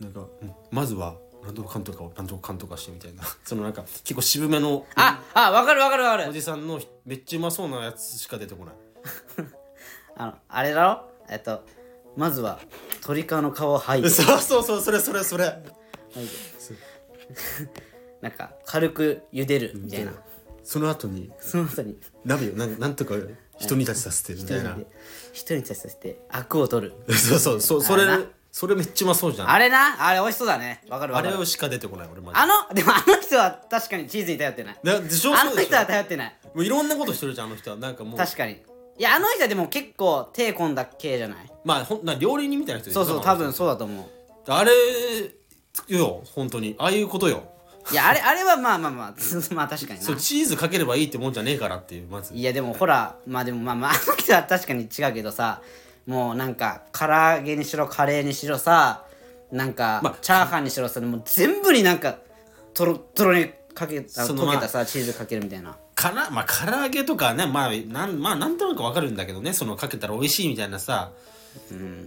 なんかうんまずは何とかかんとかを何とかかんとかしてみたいな そのなんか結構渋めの
ああ分かる分かる分か
お
る
じさんのひめっちゃうまそうなやつしか出てこない
あのあれだろえっとまずは鳥皮の皮を剥いで
そうそうそうそれそれそれ
なんか軽く茹でるみたいな
その後に
その後に
鍋をなんなんとか人に立ちさせてみ
一
たい
人
な
で一人にさせてアクを取る
そうそうそうそれ
あれな
それめっちゃうまそうじゃんあ
あれなあれ美味しそうだね分かる分か
れ
る
をしか出てこない俺マジ
あのでもあの人は確かにチーズに頼ってない
でだでしょ
あ
そう
の
でし
人
ょ
は頼ってない
もういろんなことしてるじゃんあの人はなんかもう
確かにいやあの人はでも結構手込んだ系じゃない
まあほんな料理人みたいな人でし
そ
ょ
うそう
多
多
分
分そうだと思う
あれよ本当にああいうことよ
いやあれあれはまあまあ まあまあ確かにな
そうチーズかければいいってもんじゃねえからっていうまず
いやでもほらまあでもまあま ああの人は確かに違うけどさもうなんか唐揚げにしろカレーにしろさなんか、
まあ
チャーハンにしろさもう全部になんかとろとろにかけあ
その
溶けたさチーズかけるみたいな
からまあ唐揚げとかねまあなん,、まあ、なんとなくわかるんだけどねそのかけたら美味しいみたいなさ、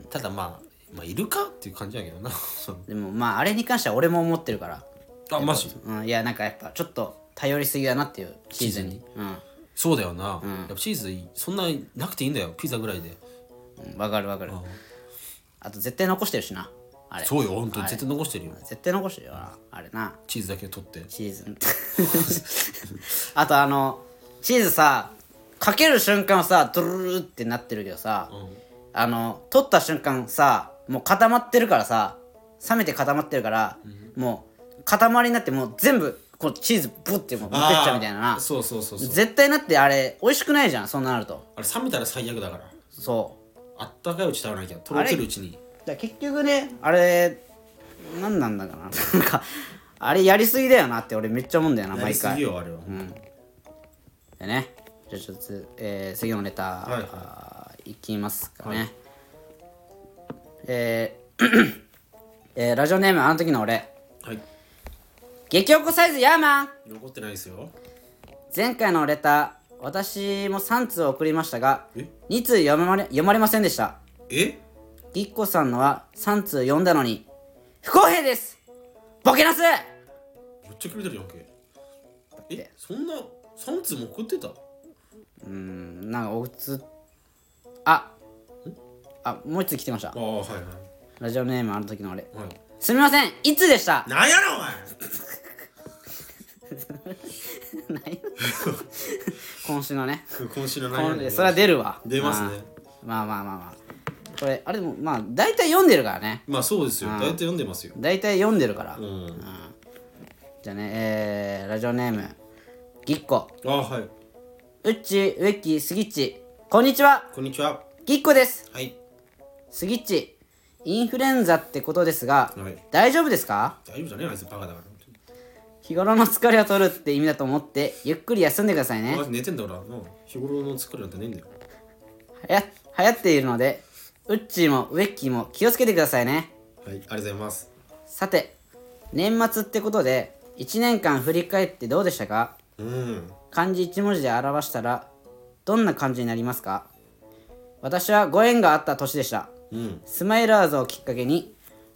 ただまあまあいるかっていう感じやけどな その
でもまああれに関しては俺も思ってるから
あマジ
うん、いやなんかやっぱちょっと頼りすぎだなっていうチーズにうん
そうだよな、やっぱチーズそんななくていいんだよピザぐらいで
うんわ、かるわかるあと絶対残してるしなあれ
そうよ本当に絶対残してるよ
絶対残してるよなあれな
チーズだけ取って
チーズ あとあのチーズさかける瞬間はさドゥルルルってなってるけどさ、あの取った瞬間さもう固まってるからさ冷めて固まってるから、もう塊になってもう全部こうチーズブッてもう持ってっちゃうみたいな
あー
な
そうそうそうそう
絶対なってあれ美味しくないじゃんそんななると
あれ冷めたら最悪だから
そう
あったかいうち食べなきゃとろけるうちに
だから結局ねあれ何なんだかななん かあれやりすぎだよなって俺めっちゃ思うんだよな
や
毎
りす
回
ぎよあれは、
でねじゃあちょっと、えー、次のネタ、
いはい
あーいきますかね、えー えーラジオネームあの時の俺
はい
激おこサイズヤーマン
残ってないですよ
前回のレター私も3通送りましたが
え
2通読まれ読まれませんでした
え
ぎっこさんのは3通読んだのに不公平ですボケなす
めっちゃ決めてるやんけえそんな3通も送ってた
うんなんかおつああもう1通来てました
ああはいは
ラジオネームあの時の俺
いは
すみませんいつでした
いなんやろお前
今週のね
今週の
こ
悩
の
み
それは出るわ
出ますね
まあまあまあまあこれあれでもまあ大体読んでるからね
まあそうですよ大体読んでますよ
大体読んでるから、
うんあ
じゃあねえー、ラジオネームぎっこ
あはい
ウッチウェッキースギッチこんにちは
こんにちは
ぎっこです
はい
スギッチインフルエンザってことですが、
はい
大丈夫ですか
大丈夫じゃねえあいつバカだから
日頃の疲れを取るって意味だと思ってゆっくり休んでくださいね
あいつ寝てんだからうん日頃の疲れなんてねえんだよ
はや流行っているのでウッチーもウェッキーも気をつけてくださいね
はいありがとうございます
さて年末ってことで1年間振り返ってどうでしたか
うん
漢字1文字で表したらどんな漢字になりますか私はご縁があった年でした
うん
スマイラーズをきっかけに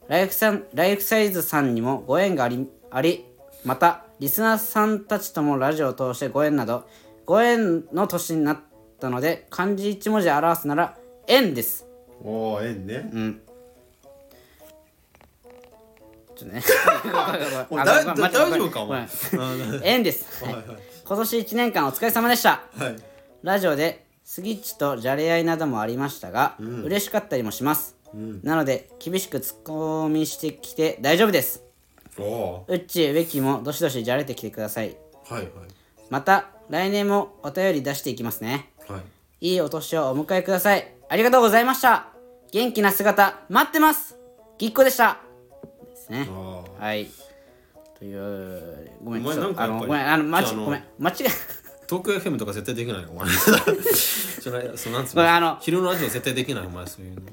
ライフさんライフサイズさんにもご縁がありありまたリスナーさんたちともラジオを通してご縁などご縁の年になったので漢字1文字で表すなら縁です
おおええね
ちょっと ね
もうだ
あ
だ
ごめんごめ
大
ん
丈夫かお
ごめん
前は
縁です、はい今年1年間お疲れ様でした
い
ラジオでスギッチとじゃれ合いなどもありましたが、嬉しかったりもします、なので厳しくツッコミしてきて大丈夫です
おお
うっちーウェキもどしどしじゃれてきてください
はいはい
また来年もお便り出していきますね
はい
いいお年をお迎えくださいありがとうございました元気な姿待ってますぎっこでしたですね
ああ
はいというごめん
お前
ちょっと
なんか
あ
やっ
の
ぱり
ごめんあの間違
じゃああの
ごめん間違え
東京 FM とか絶対できないよお前それそうなんつう
ごめん
の
あの
昼のラジオ絶対できないお前そういうの
で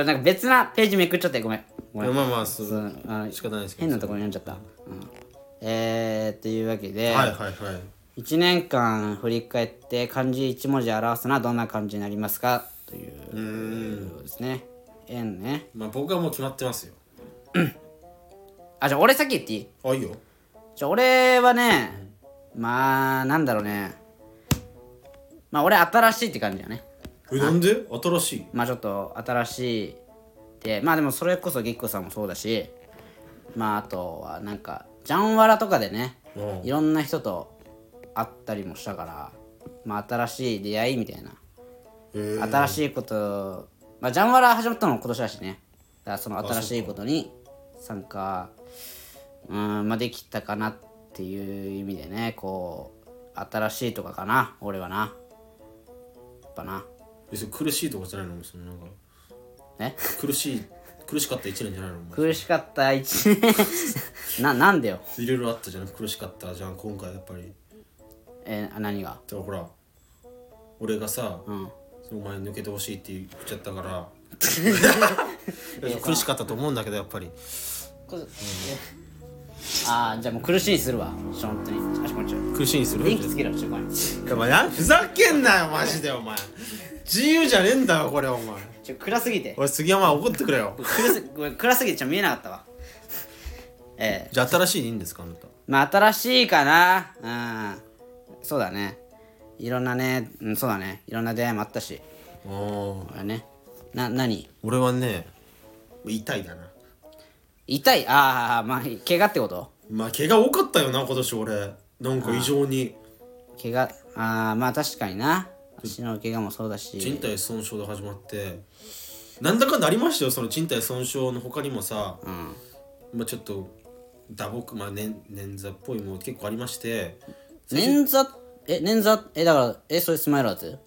もなんか別なページめくっちゃってごめんごめん
まあまあそう
そうあの
仕方ないですけ
変
ど
なところに読んじゃった、うんえー、というわけで、
はいはいはい
1年間振り返って漢字1文字表すのはどんな漢字になりますかということですね円ね
まあ僕はもう決まってますよ
あじゃあ俺先言っていい
あいいよ
じゃあ俺はねまあなんだろうねまあ俺新しいって感じだね
えなんで新しい
まあちょっと新しいでまあでもそれこそぎっこさんもそうだしまああとはなんかジャンワラとかでね
うん
いろんな人と会ったりもしたからまあ新しい出会いみたいな
えー、
新しいことまあジャンワラ始まったのも今年だしねだからその新しいことに参加うんまあできたかなっていう意味でねこう新しいとかかな俺はなやっぱな
別に苦しいとかじゃないのそのなんか
ね
苦しい苦しかった一年じゃないのお前
苦しかった一年ななんでよ
いろいろあったじゃん苦しかったじゃん今回やっぱり
えー、あ何が
だからほら俺がさ、
ん
そのお前抜けてほしいって言っちゃったから 苦しかったと思うんだけどやっぱり
ああじゃあもう苦しいにするわちょ本当にあしこんちょ
苦しいにする
電気つけろちょごめんち
お前なふざけんなよマジでお前自由じゃねえんだよこれお前
ょ暗すぎて
おい杉山怒ってくれよ
暗すごめん暗すぎてちょ見えなかったわええ
じゃあ新しいでいいんですかあなた
まあ新しいかなうんそうだねいろんなね、うん、そうだねいろんな出会いもあったし
おー
これねな何
俺はね痛いだな
痛いああまあ怪我ってこと
まあ怪我多かったよな今年俺なんか異常に
怪我ああまあ確かにな足の怪我もそうだ
人
し
体損傷で始まってなんだかんだありましたよその人体損傷の他にもさ、まあちょっと打撲まあね捻挫っぽいもの結構ありまして
捻挫え捻挫えだからえそれスマイルーズ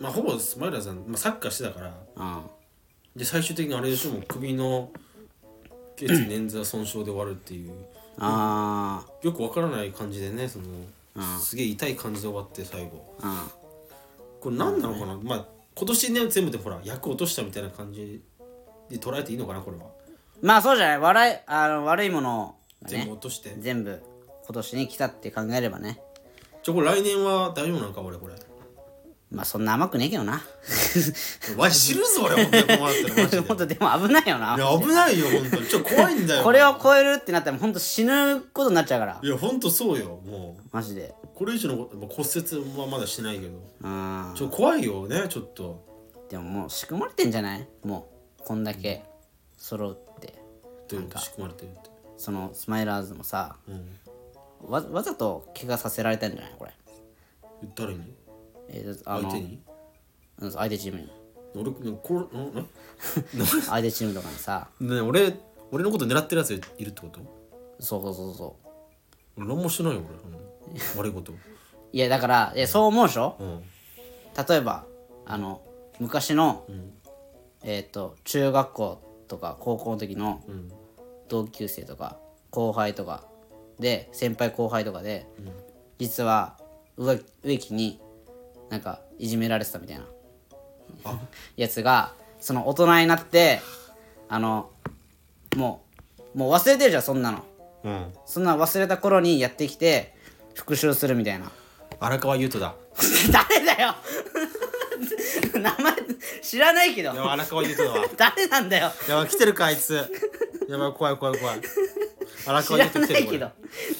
まあほぼスマイラーさん、まあ、サッカーしてたから
うん
で最終的にあれでしょもう首の血捻挫損傷で終わるっていう
あ
よくわからない感じでねそのすげえ痛い感じで終わって最後
あうん
これ何なのかな、まあ今年ね全部でほら役落としたみたいな感じで捉えていいのかなこれは
まあそうじゃない笑いあの悪いものを
全部
ね
落として
全部今年に来たって考えればね
ちょこれ来年は大丈夫なんか俺これ
まあそんな甘くねえけど な
わし知るぞ俺本当に困ったらマジで
ほんとでも危ないよない
や危ないよ本当にちょっと怖いんだよ
これを超えるってなったらほんと死ぬことになっちゃうから
いや本当そうよも
マジで
うこれ以上のことまあ骨折はまだしてないけど
うん
ちょっと怖いよねちょっと
でももう仕組まれてんじゃないもうこんだけ揃うって
どういうこと仕組まれてるって
そのスマイラーズもさ
うん
わわざと怪我させられたんじゃないこれ、
誰に
えーあ
相
の
手に
うん相手チー ムに
俺これんん
相手チームとかにさ
ね俺俺のこと狙ってるやついるってこと
そうそうそうそう
俺何もしてないよ俺、うん、悪いこと
いやだからいやそう思うでしょ
うん
例えばあの昔の、えっ、と中学校とか高校の時の
うん
同級生とか後輩とかで先輩後輩とかで、実は植植木になんかいじめられてたみたいな
あ
やつがその大人になってあのもうもう忘れてるじゃんそんなの
うん
そんな忘れた頃にやってきて復讐するみたいな。
荒川優斗だ
誰だよ 名前知らないけど
いや荒川優斗だわ
誰なんだよ
やばい来てるかあいつやばい怖い怖い怖い荒
知
川優
ら
斗
な
来てる
い
こ
け
れ
ど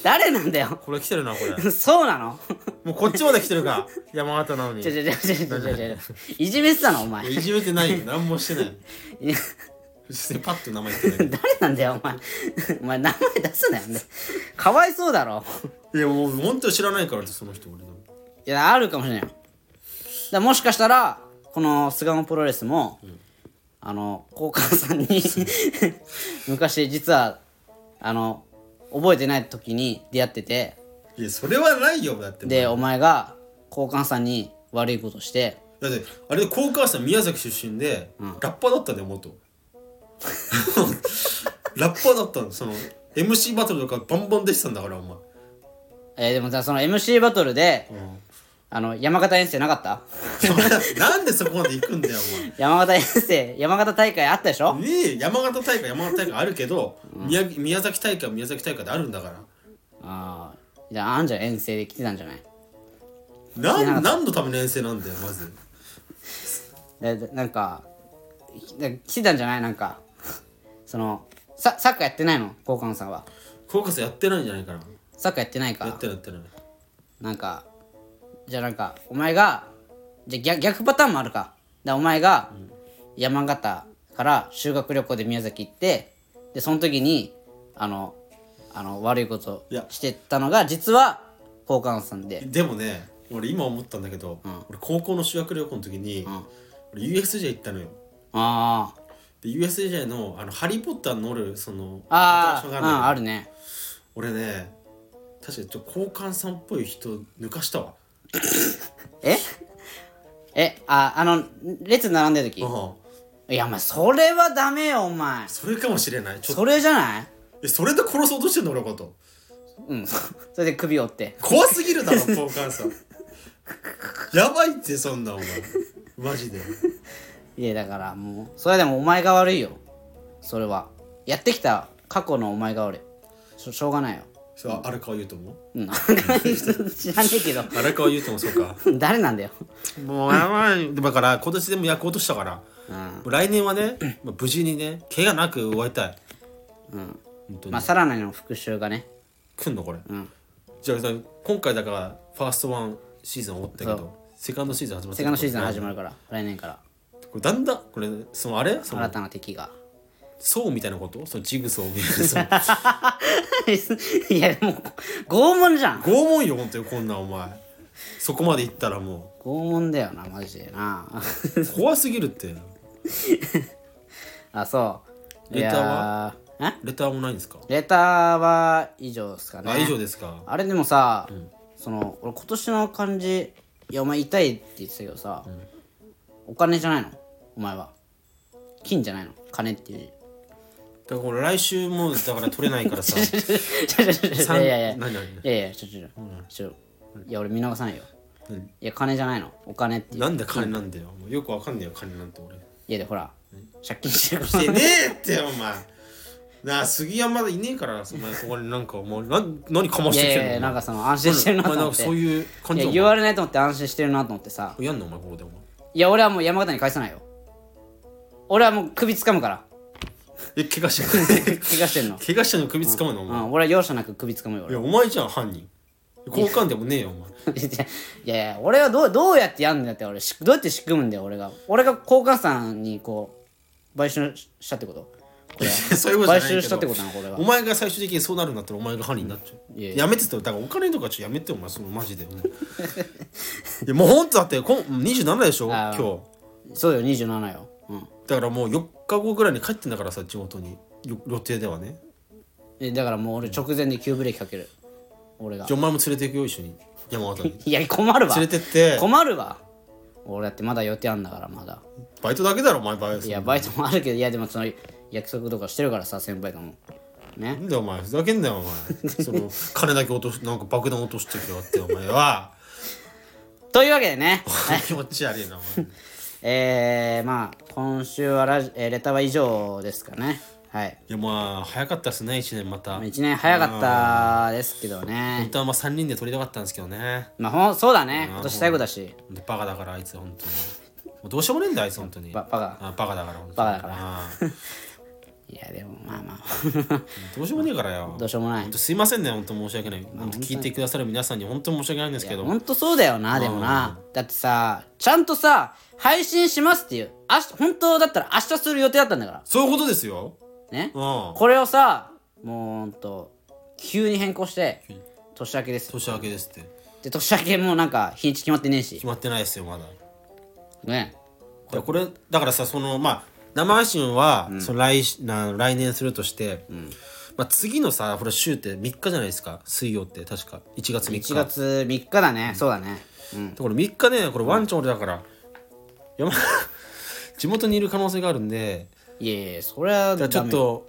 誰なんだよ
これ来てるなこれ
そうなの
もうこっちまで来てるか山形なのに
ちょちょちょちょちょちょちょいじめてたのお前
いやいじめてないよ何もしてない
いや
普通にパッと名前言ってな
誰なんだよお前お前名前出 すなよねかわいそうだろ
いいやもう本当に知らないからってその人俺の
いやあるかもしれないよだからもしかしたらこの菅野プロレスも、あの交換さんに 昔実はあの覚えてない時に出会ってて
いやそれはないよだって
でお前が交換さんに悪いことして
だってあれ高川さん宮崎出身で、ラッパーだったんだよ元 ラッパーだったのその MC バトルとかバンバン出てたんだからお前
えーでもさその MC バトルで、
ん
あの山形遠征なかった
それなんでそこまで行くんだよ
山形遠征山形大会あったでし
お
ょ
前ねえ山形大会山形大会あるけど、宮城宮崎大会は宮崎大会であるんだから
ああじゃああんじゃん遠征で来てたんじゃない
なん何のための遠征なんだよまず
ででなんかで来てたんじゃないなんかそのササッカーやってないの交換さんは
高川さんやってないんじゃないかな
サッカーやってない
やっ
か
てないやってない
なんかじゃあなんかお前がじゃあ逆逆パターンもあるかだお前が山形から修学旅行で宮崎行ってでその時にあのあの悪いこと
いや
してたのが実は交換さんで
でもね俺今思ったんだけど、俺高校の修学旅行の時に、俺 USJ 行ったのよ
あー
で USJ のあのハリー・ポッター乗るその
あ
アト
ー
ラクション
うん
があ
あ
るんだけど
るね
俺ね確かにちょっと交換さんっぽい人抜かしたわ
ええああの列並んでる時
うん
いやお前それはダメよお前
それかもしれないちょっと
それじゃない
えそれで殺そうとしてんの俺のこと
うん それで首折って
怖すぎる だろ交換さんやばいってそんなお前マジで
いやだからもうそれでもお前が悪いよそれはやってきた過去のお前が悪いしょしょうがないよ
そうあ荒川優斗も
うん知らねえけど
荒川優斗もそうか
誰なんだよ
もうやばいだから今年でも役落としたから
うん
来年はね、まあ、無事にね怪我なく終わりたい、本当に
まあさらなる復習がね
来んのこれ、
ん
じゃあさ今回だからファーストワンシーズン終わったけ
そう
どセカンドシーズン始まった
セカンドシーズン始
ま
まるから来年から
これだんだんこれそのあれその
新たな敵が
層みたいなことそのジグソーみたいなその
いやもう拷問じゃん
拷問よ本当にこんなんお前そこまで行ったらも
拷問だよなマジでな
う怖すぎるって
あそう
レターはい
やーえ
レターもないんですか
レターは以上ですかね
あ以上ですか
あれでもさ、その俺今年の漢字いやお前痛いって言ってたけどさ、お金じゃないのお前は金じゃないの金っていう
だからこれ来週もだから取れな いからさ
字ちょちょちょちょ
三
いやいやい
何何
やいやちょちょちょちょいや俺見逃さないよいや金じゃないのお金っていう
なんで金なんだよもうよくわかんねえよ金なんて俺
いやでほら借金してるか
し
ら
てねえってお前 なあ杉山いねえからお前そこになんかお前なん何かま
い
してき
やい
てんの
やいやなんかその安
お
心してるなと
前な
思
ん
っ
か
て
そういう感
い
じ
や
お
言
前
われないと思って安心してるなと思ってさ
やんのお前ここでお前
いや俺はもう山形に返さないよ俺はもう首掴むから
え怪我し てる
怪我してん の、
怪我してんの首掴むのお
う
前
ん、俺は容赦なく首掴むよ
い
俺
やお前じゃん犯人交換でもねえよお前
いやいや俺はどうどうやってやんだよって俺しどうやって仕組むんだよ俺が俺が交換さんにこう買収したってことこ れ
そういうことじゃないけど
買収したってことなのこれは
お前が最終的にそうなるんだったらお前が犯人になっちゃう
いやいや
やめてただからお金とかちょっとやめてお前そのマジでお前いやもうほんとだってこん27でしょ
あ
今
ー
日
そうよ27よ、うん
だからもう4日後ぐらいに帰ってんだからさ地元によ予定ではね
え、だからもう俺直前で急ブレーキかける俺が
じゃあお前も連れて行くよ一緒に山形 に
いや困るわ
連れてって
困るわ俺だってまだ予定あんだからまだ
バイトだけだろお前バイト
いやバイトもあるけどいやでもその約束とかしてるからさ先輩ともね
なんだよお前ふざけんなよお前その金だけ落としなんか爆弾落としてきやがってお前 は
というわけで ね
気持ち悪いなお前
えー、まあ今週はラジ、えーレターは以上ですかねはい
いやまあ早かったですね1年また
1年早かったですけどね
本当はまあ3人で撮りたかったんですけどね
まあほんそうだね今年最後だし
でバカだからあいつ本当にもうどうしようもねえんだあいつ本当に
ババカ
あバカだから本当に
バカだから
あ
いやでもまあまあ
ーどうしようもねえからよ
どうしようもない
本当すいませんね本当申し訳ない本当聞いてくださる皆さんに本当申し訳ないんですけど
ほんとそうだよなでもなだってさちゃんとさ配信しますっていうあし本当だったら明日する予定だったんだから
そういうことですよ
ね
うん年
これをさもうほんと急に変更して年明けです
明けですって
で年明けもうなんか日にち決まってねえし
決まってないですよまだ
ね
これこれだからさそのまあ生配信は、その来しな来年するとして、まあ、次のさほら週って3日じゃないですか水曜って確か1月3日
1月3日だね、そうだねうん
だから3日ねこれワンチャン俺だから、山 地元にいる可能性があるんで
いやいやそれは
じゃあちょっ
ダメ
と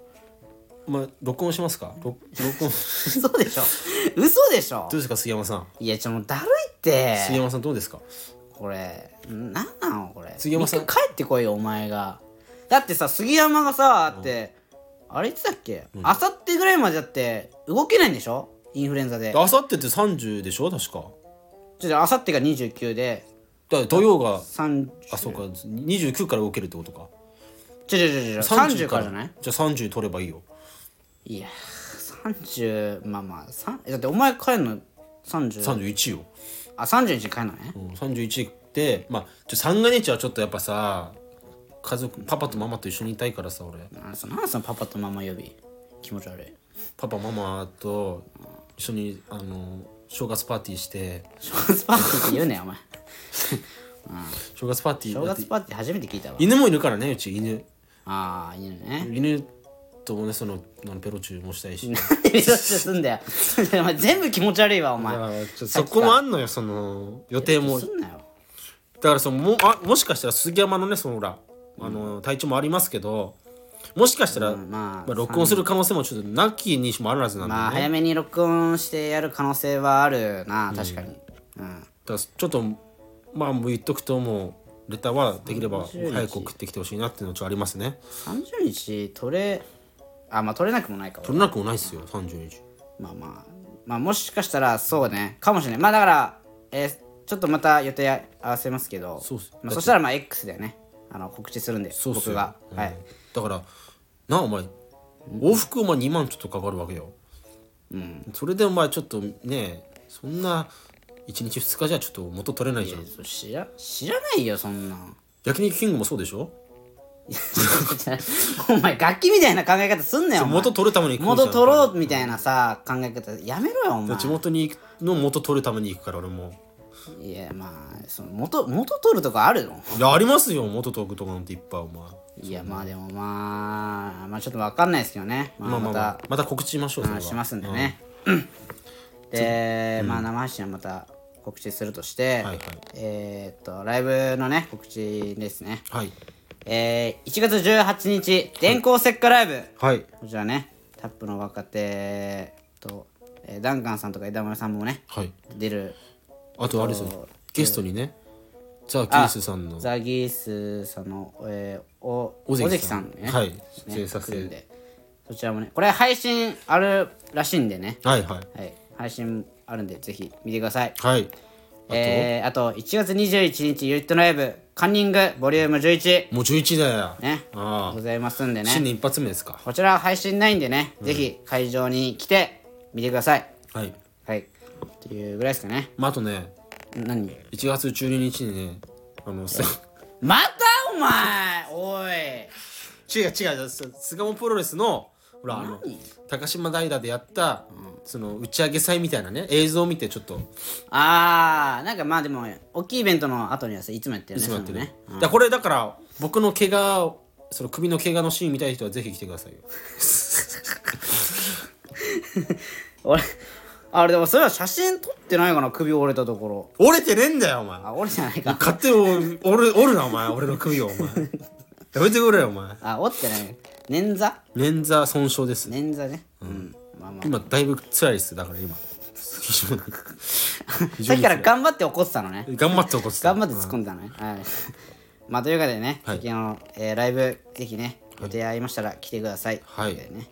まあ録音しますか録録音
嘘でしょ嘘でしょ
どうですか杉山さん
いやちょもうだるいって
杉山さんどうですか
これなんなのこれ
杉山さん
一回帰ってこいよお前がだってさ杉山がさだって、あれいつだっけあさってぐらいまでだって動けないんでしょインフルエンザで
あさってって30でしょ確か
ちょあさってが29で
だから土曜が
30
あそうか29から動けるってことか
ちょちょちょちょ30からじゃない
じゃあ30取ればいいよ
いや30まあまあさんえだってお前帰るの30
31よ、
あ30日に帰るのね
うん、31でまあちょ三が日はちょっとやっぱさ家族パパとママと一緒にいたいからさ俺
なんそなんそのパパとママ呼び気持ち悪い
パパママと一緒にあの正月パーティーして
正月パーティーって言うねお前
正月パーティー
正
だって
月パーティー初めて聞いたわ
犬もいるからねうち犬
ああいいのね
犬ともねそのあのペロチューもしたいし
何でそっちすんだよお前全部気持ち悪いわお前
だからちょそこもあんのよその予定も
すんなよ
だからそのもあもしかしたら杉山のねそのほら、あの体調もありますけどもしかしたら、
んま
ま
あ
あ録音する可能性もちょっとなきにしもあるはずなんで、ね
まあ早めに録音してやる可能性はあるな確かにうん
だからちょっとまあもう言っとくともうレターはできれば早く送ってきてほしいなっていうのはちょっとありますね
30日取れあまあ取れなくもないか
取れなくもないですよ30日
まあまあまあもしかしたらそうねかもしれないまあだから、えーちょっとまた予定合わせますけど
そうっす
まあ、そしたらまあ X でねあの告知するんで
そうっす
僕
よ
が、
うん
はい
だからなあお前往復お前2万ちょっとかかるわけよ、それでお前ちょっとねそんな1日2日じゃちょっと元取れないじゃん
そ知ら知らないよそんなん
焼肉キングもそうでしょ
お前楽器みたいな考え方すんなよお前
元取るために行くんじゃん
元取ろうみたいなさ考え方やめろよお前
地元に行くの元取るために行くから俺も
いやまあその元元取るとかあるの
いやありますよ元取るとかなんていっぱいお前
いやまあでもまあまあちょっと分かんないですけどねまあ
まあ
ま
まあ
た
まあまた告知しましょうそれは
話しますんでね、で、まあ生配信はまた告知するとして、
はいはい
えーっとライブのね告知ですね
はい
えー、1月18日電光石火ライブ、
はい
こちらねタップの若手と、えーダンカンさんとか枝村さんもね
はい
出る
あとあれですよゲストにねザ・キ
あ
ースさんの
ザギースさんの、えー、お
尾
尾
関
関
さ
さ
ん
んね
はい
ね
出演させて
来るんでそちらもねこれ配信あるらしいんでね
はいはい
はい配信あるんでぜひ見てください
はい
あと,、えー、あと1月21日ユニットライブカンニングボリューム11
もう11だよ
ね
あ
ございますんで
あ新
ね
年一発目ですか
こちらは配信ないんでね、ぜひ会場に来て見てください
はい
はいっていうぐらいですかね
まああとね
何
1月12日にねあのさ
またお前おい
違う違う巣鴨プロレスのほらあの高島平でやった、その打ち上げ祭みたいなね映像を見てちょっと
あーなんかまあでも大きいイベントの後にはさいつもやってる
い
ね
つもやってる、
そのね
だからこれだから僕の怪我をその首の怪我のシーン見たい人はぜひ来てくださいよ
俺あれでもそれは写真撮ってないかな首折れたところ
折れてねえんだよお前
あ折れてないか
勝手に折る折るなお前俺の首を お前やめてくれよお前
あ折ってない捻挫
捻挫損傷です、
捻挫ねうんまあまあ
今だいぶ辛いです だから今非常に非
さ
常
っ
に
きから頑張って怒ってたのね
頑張って起こす
頑張って突っ込んだのねはいまあというわけでね
はい
次のえーライブぜひね予定ありましたら来てください
はい
とうことでね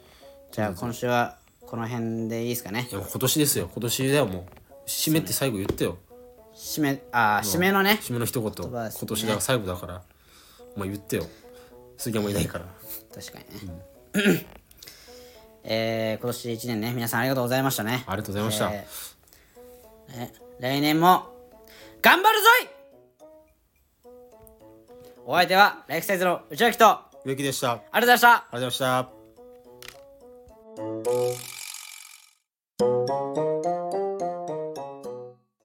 じゃあ今週はこの辺でいいですかね
いやもう今年ですよ今年だよもう締めって最後言ってよ
締めあー締めのね
締めの一言
葉
今
ですね
年が最後だからお前言ってよ杉山いないから
確かにね、 えー今年1年ね皆さんありがとうございましたね
ありがとうございました、
えーね来年も頑張るぞいお相手はライフサイズの内脇とありがと
植木でしたありがと
うございました
うございました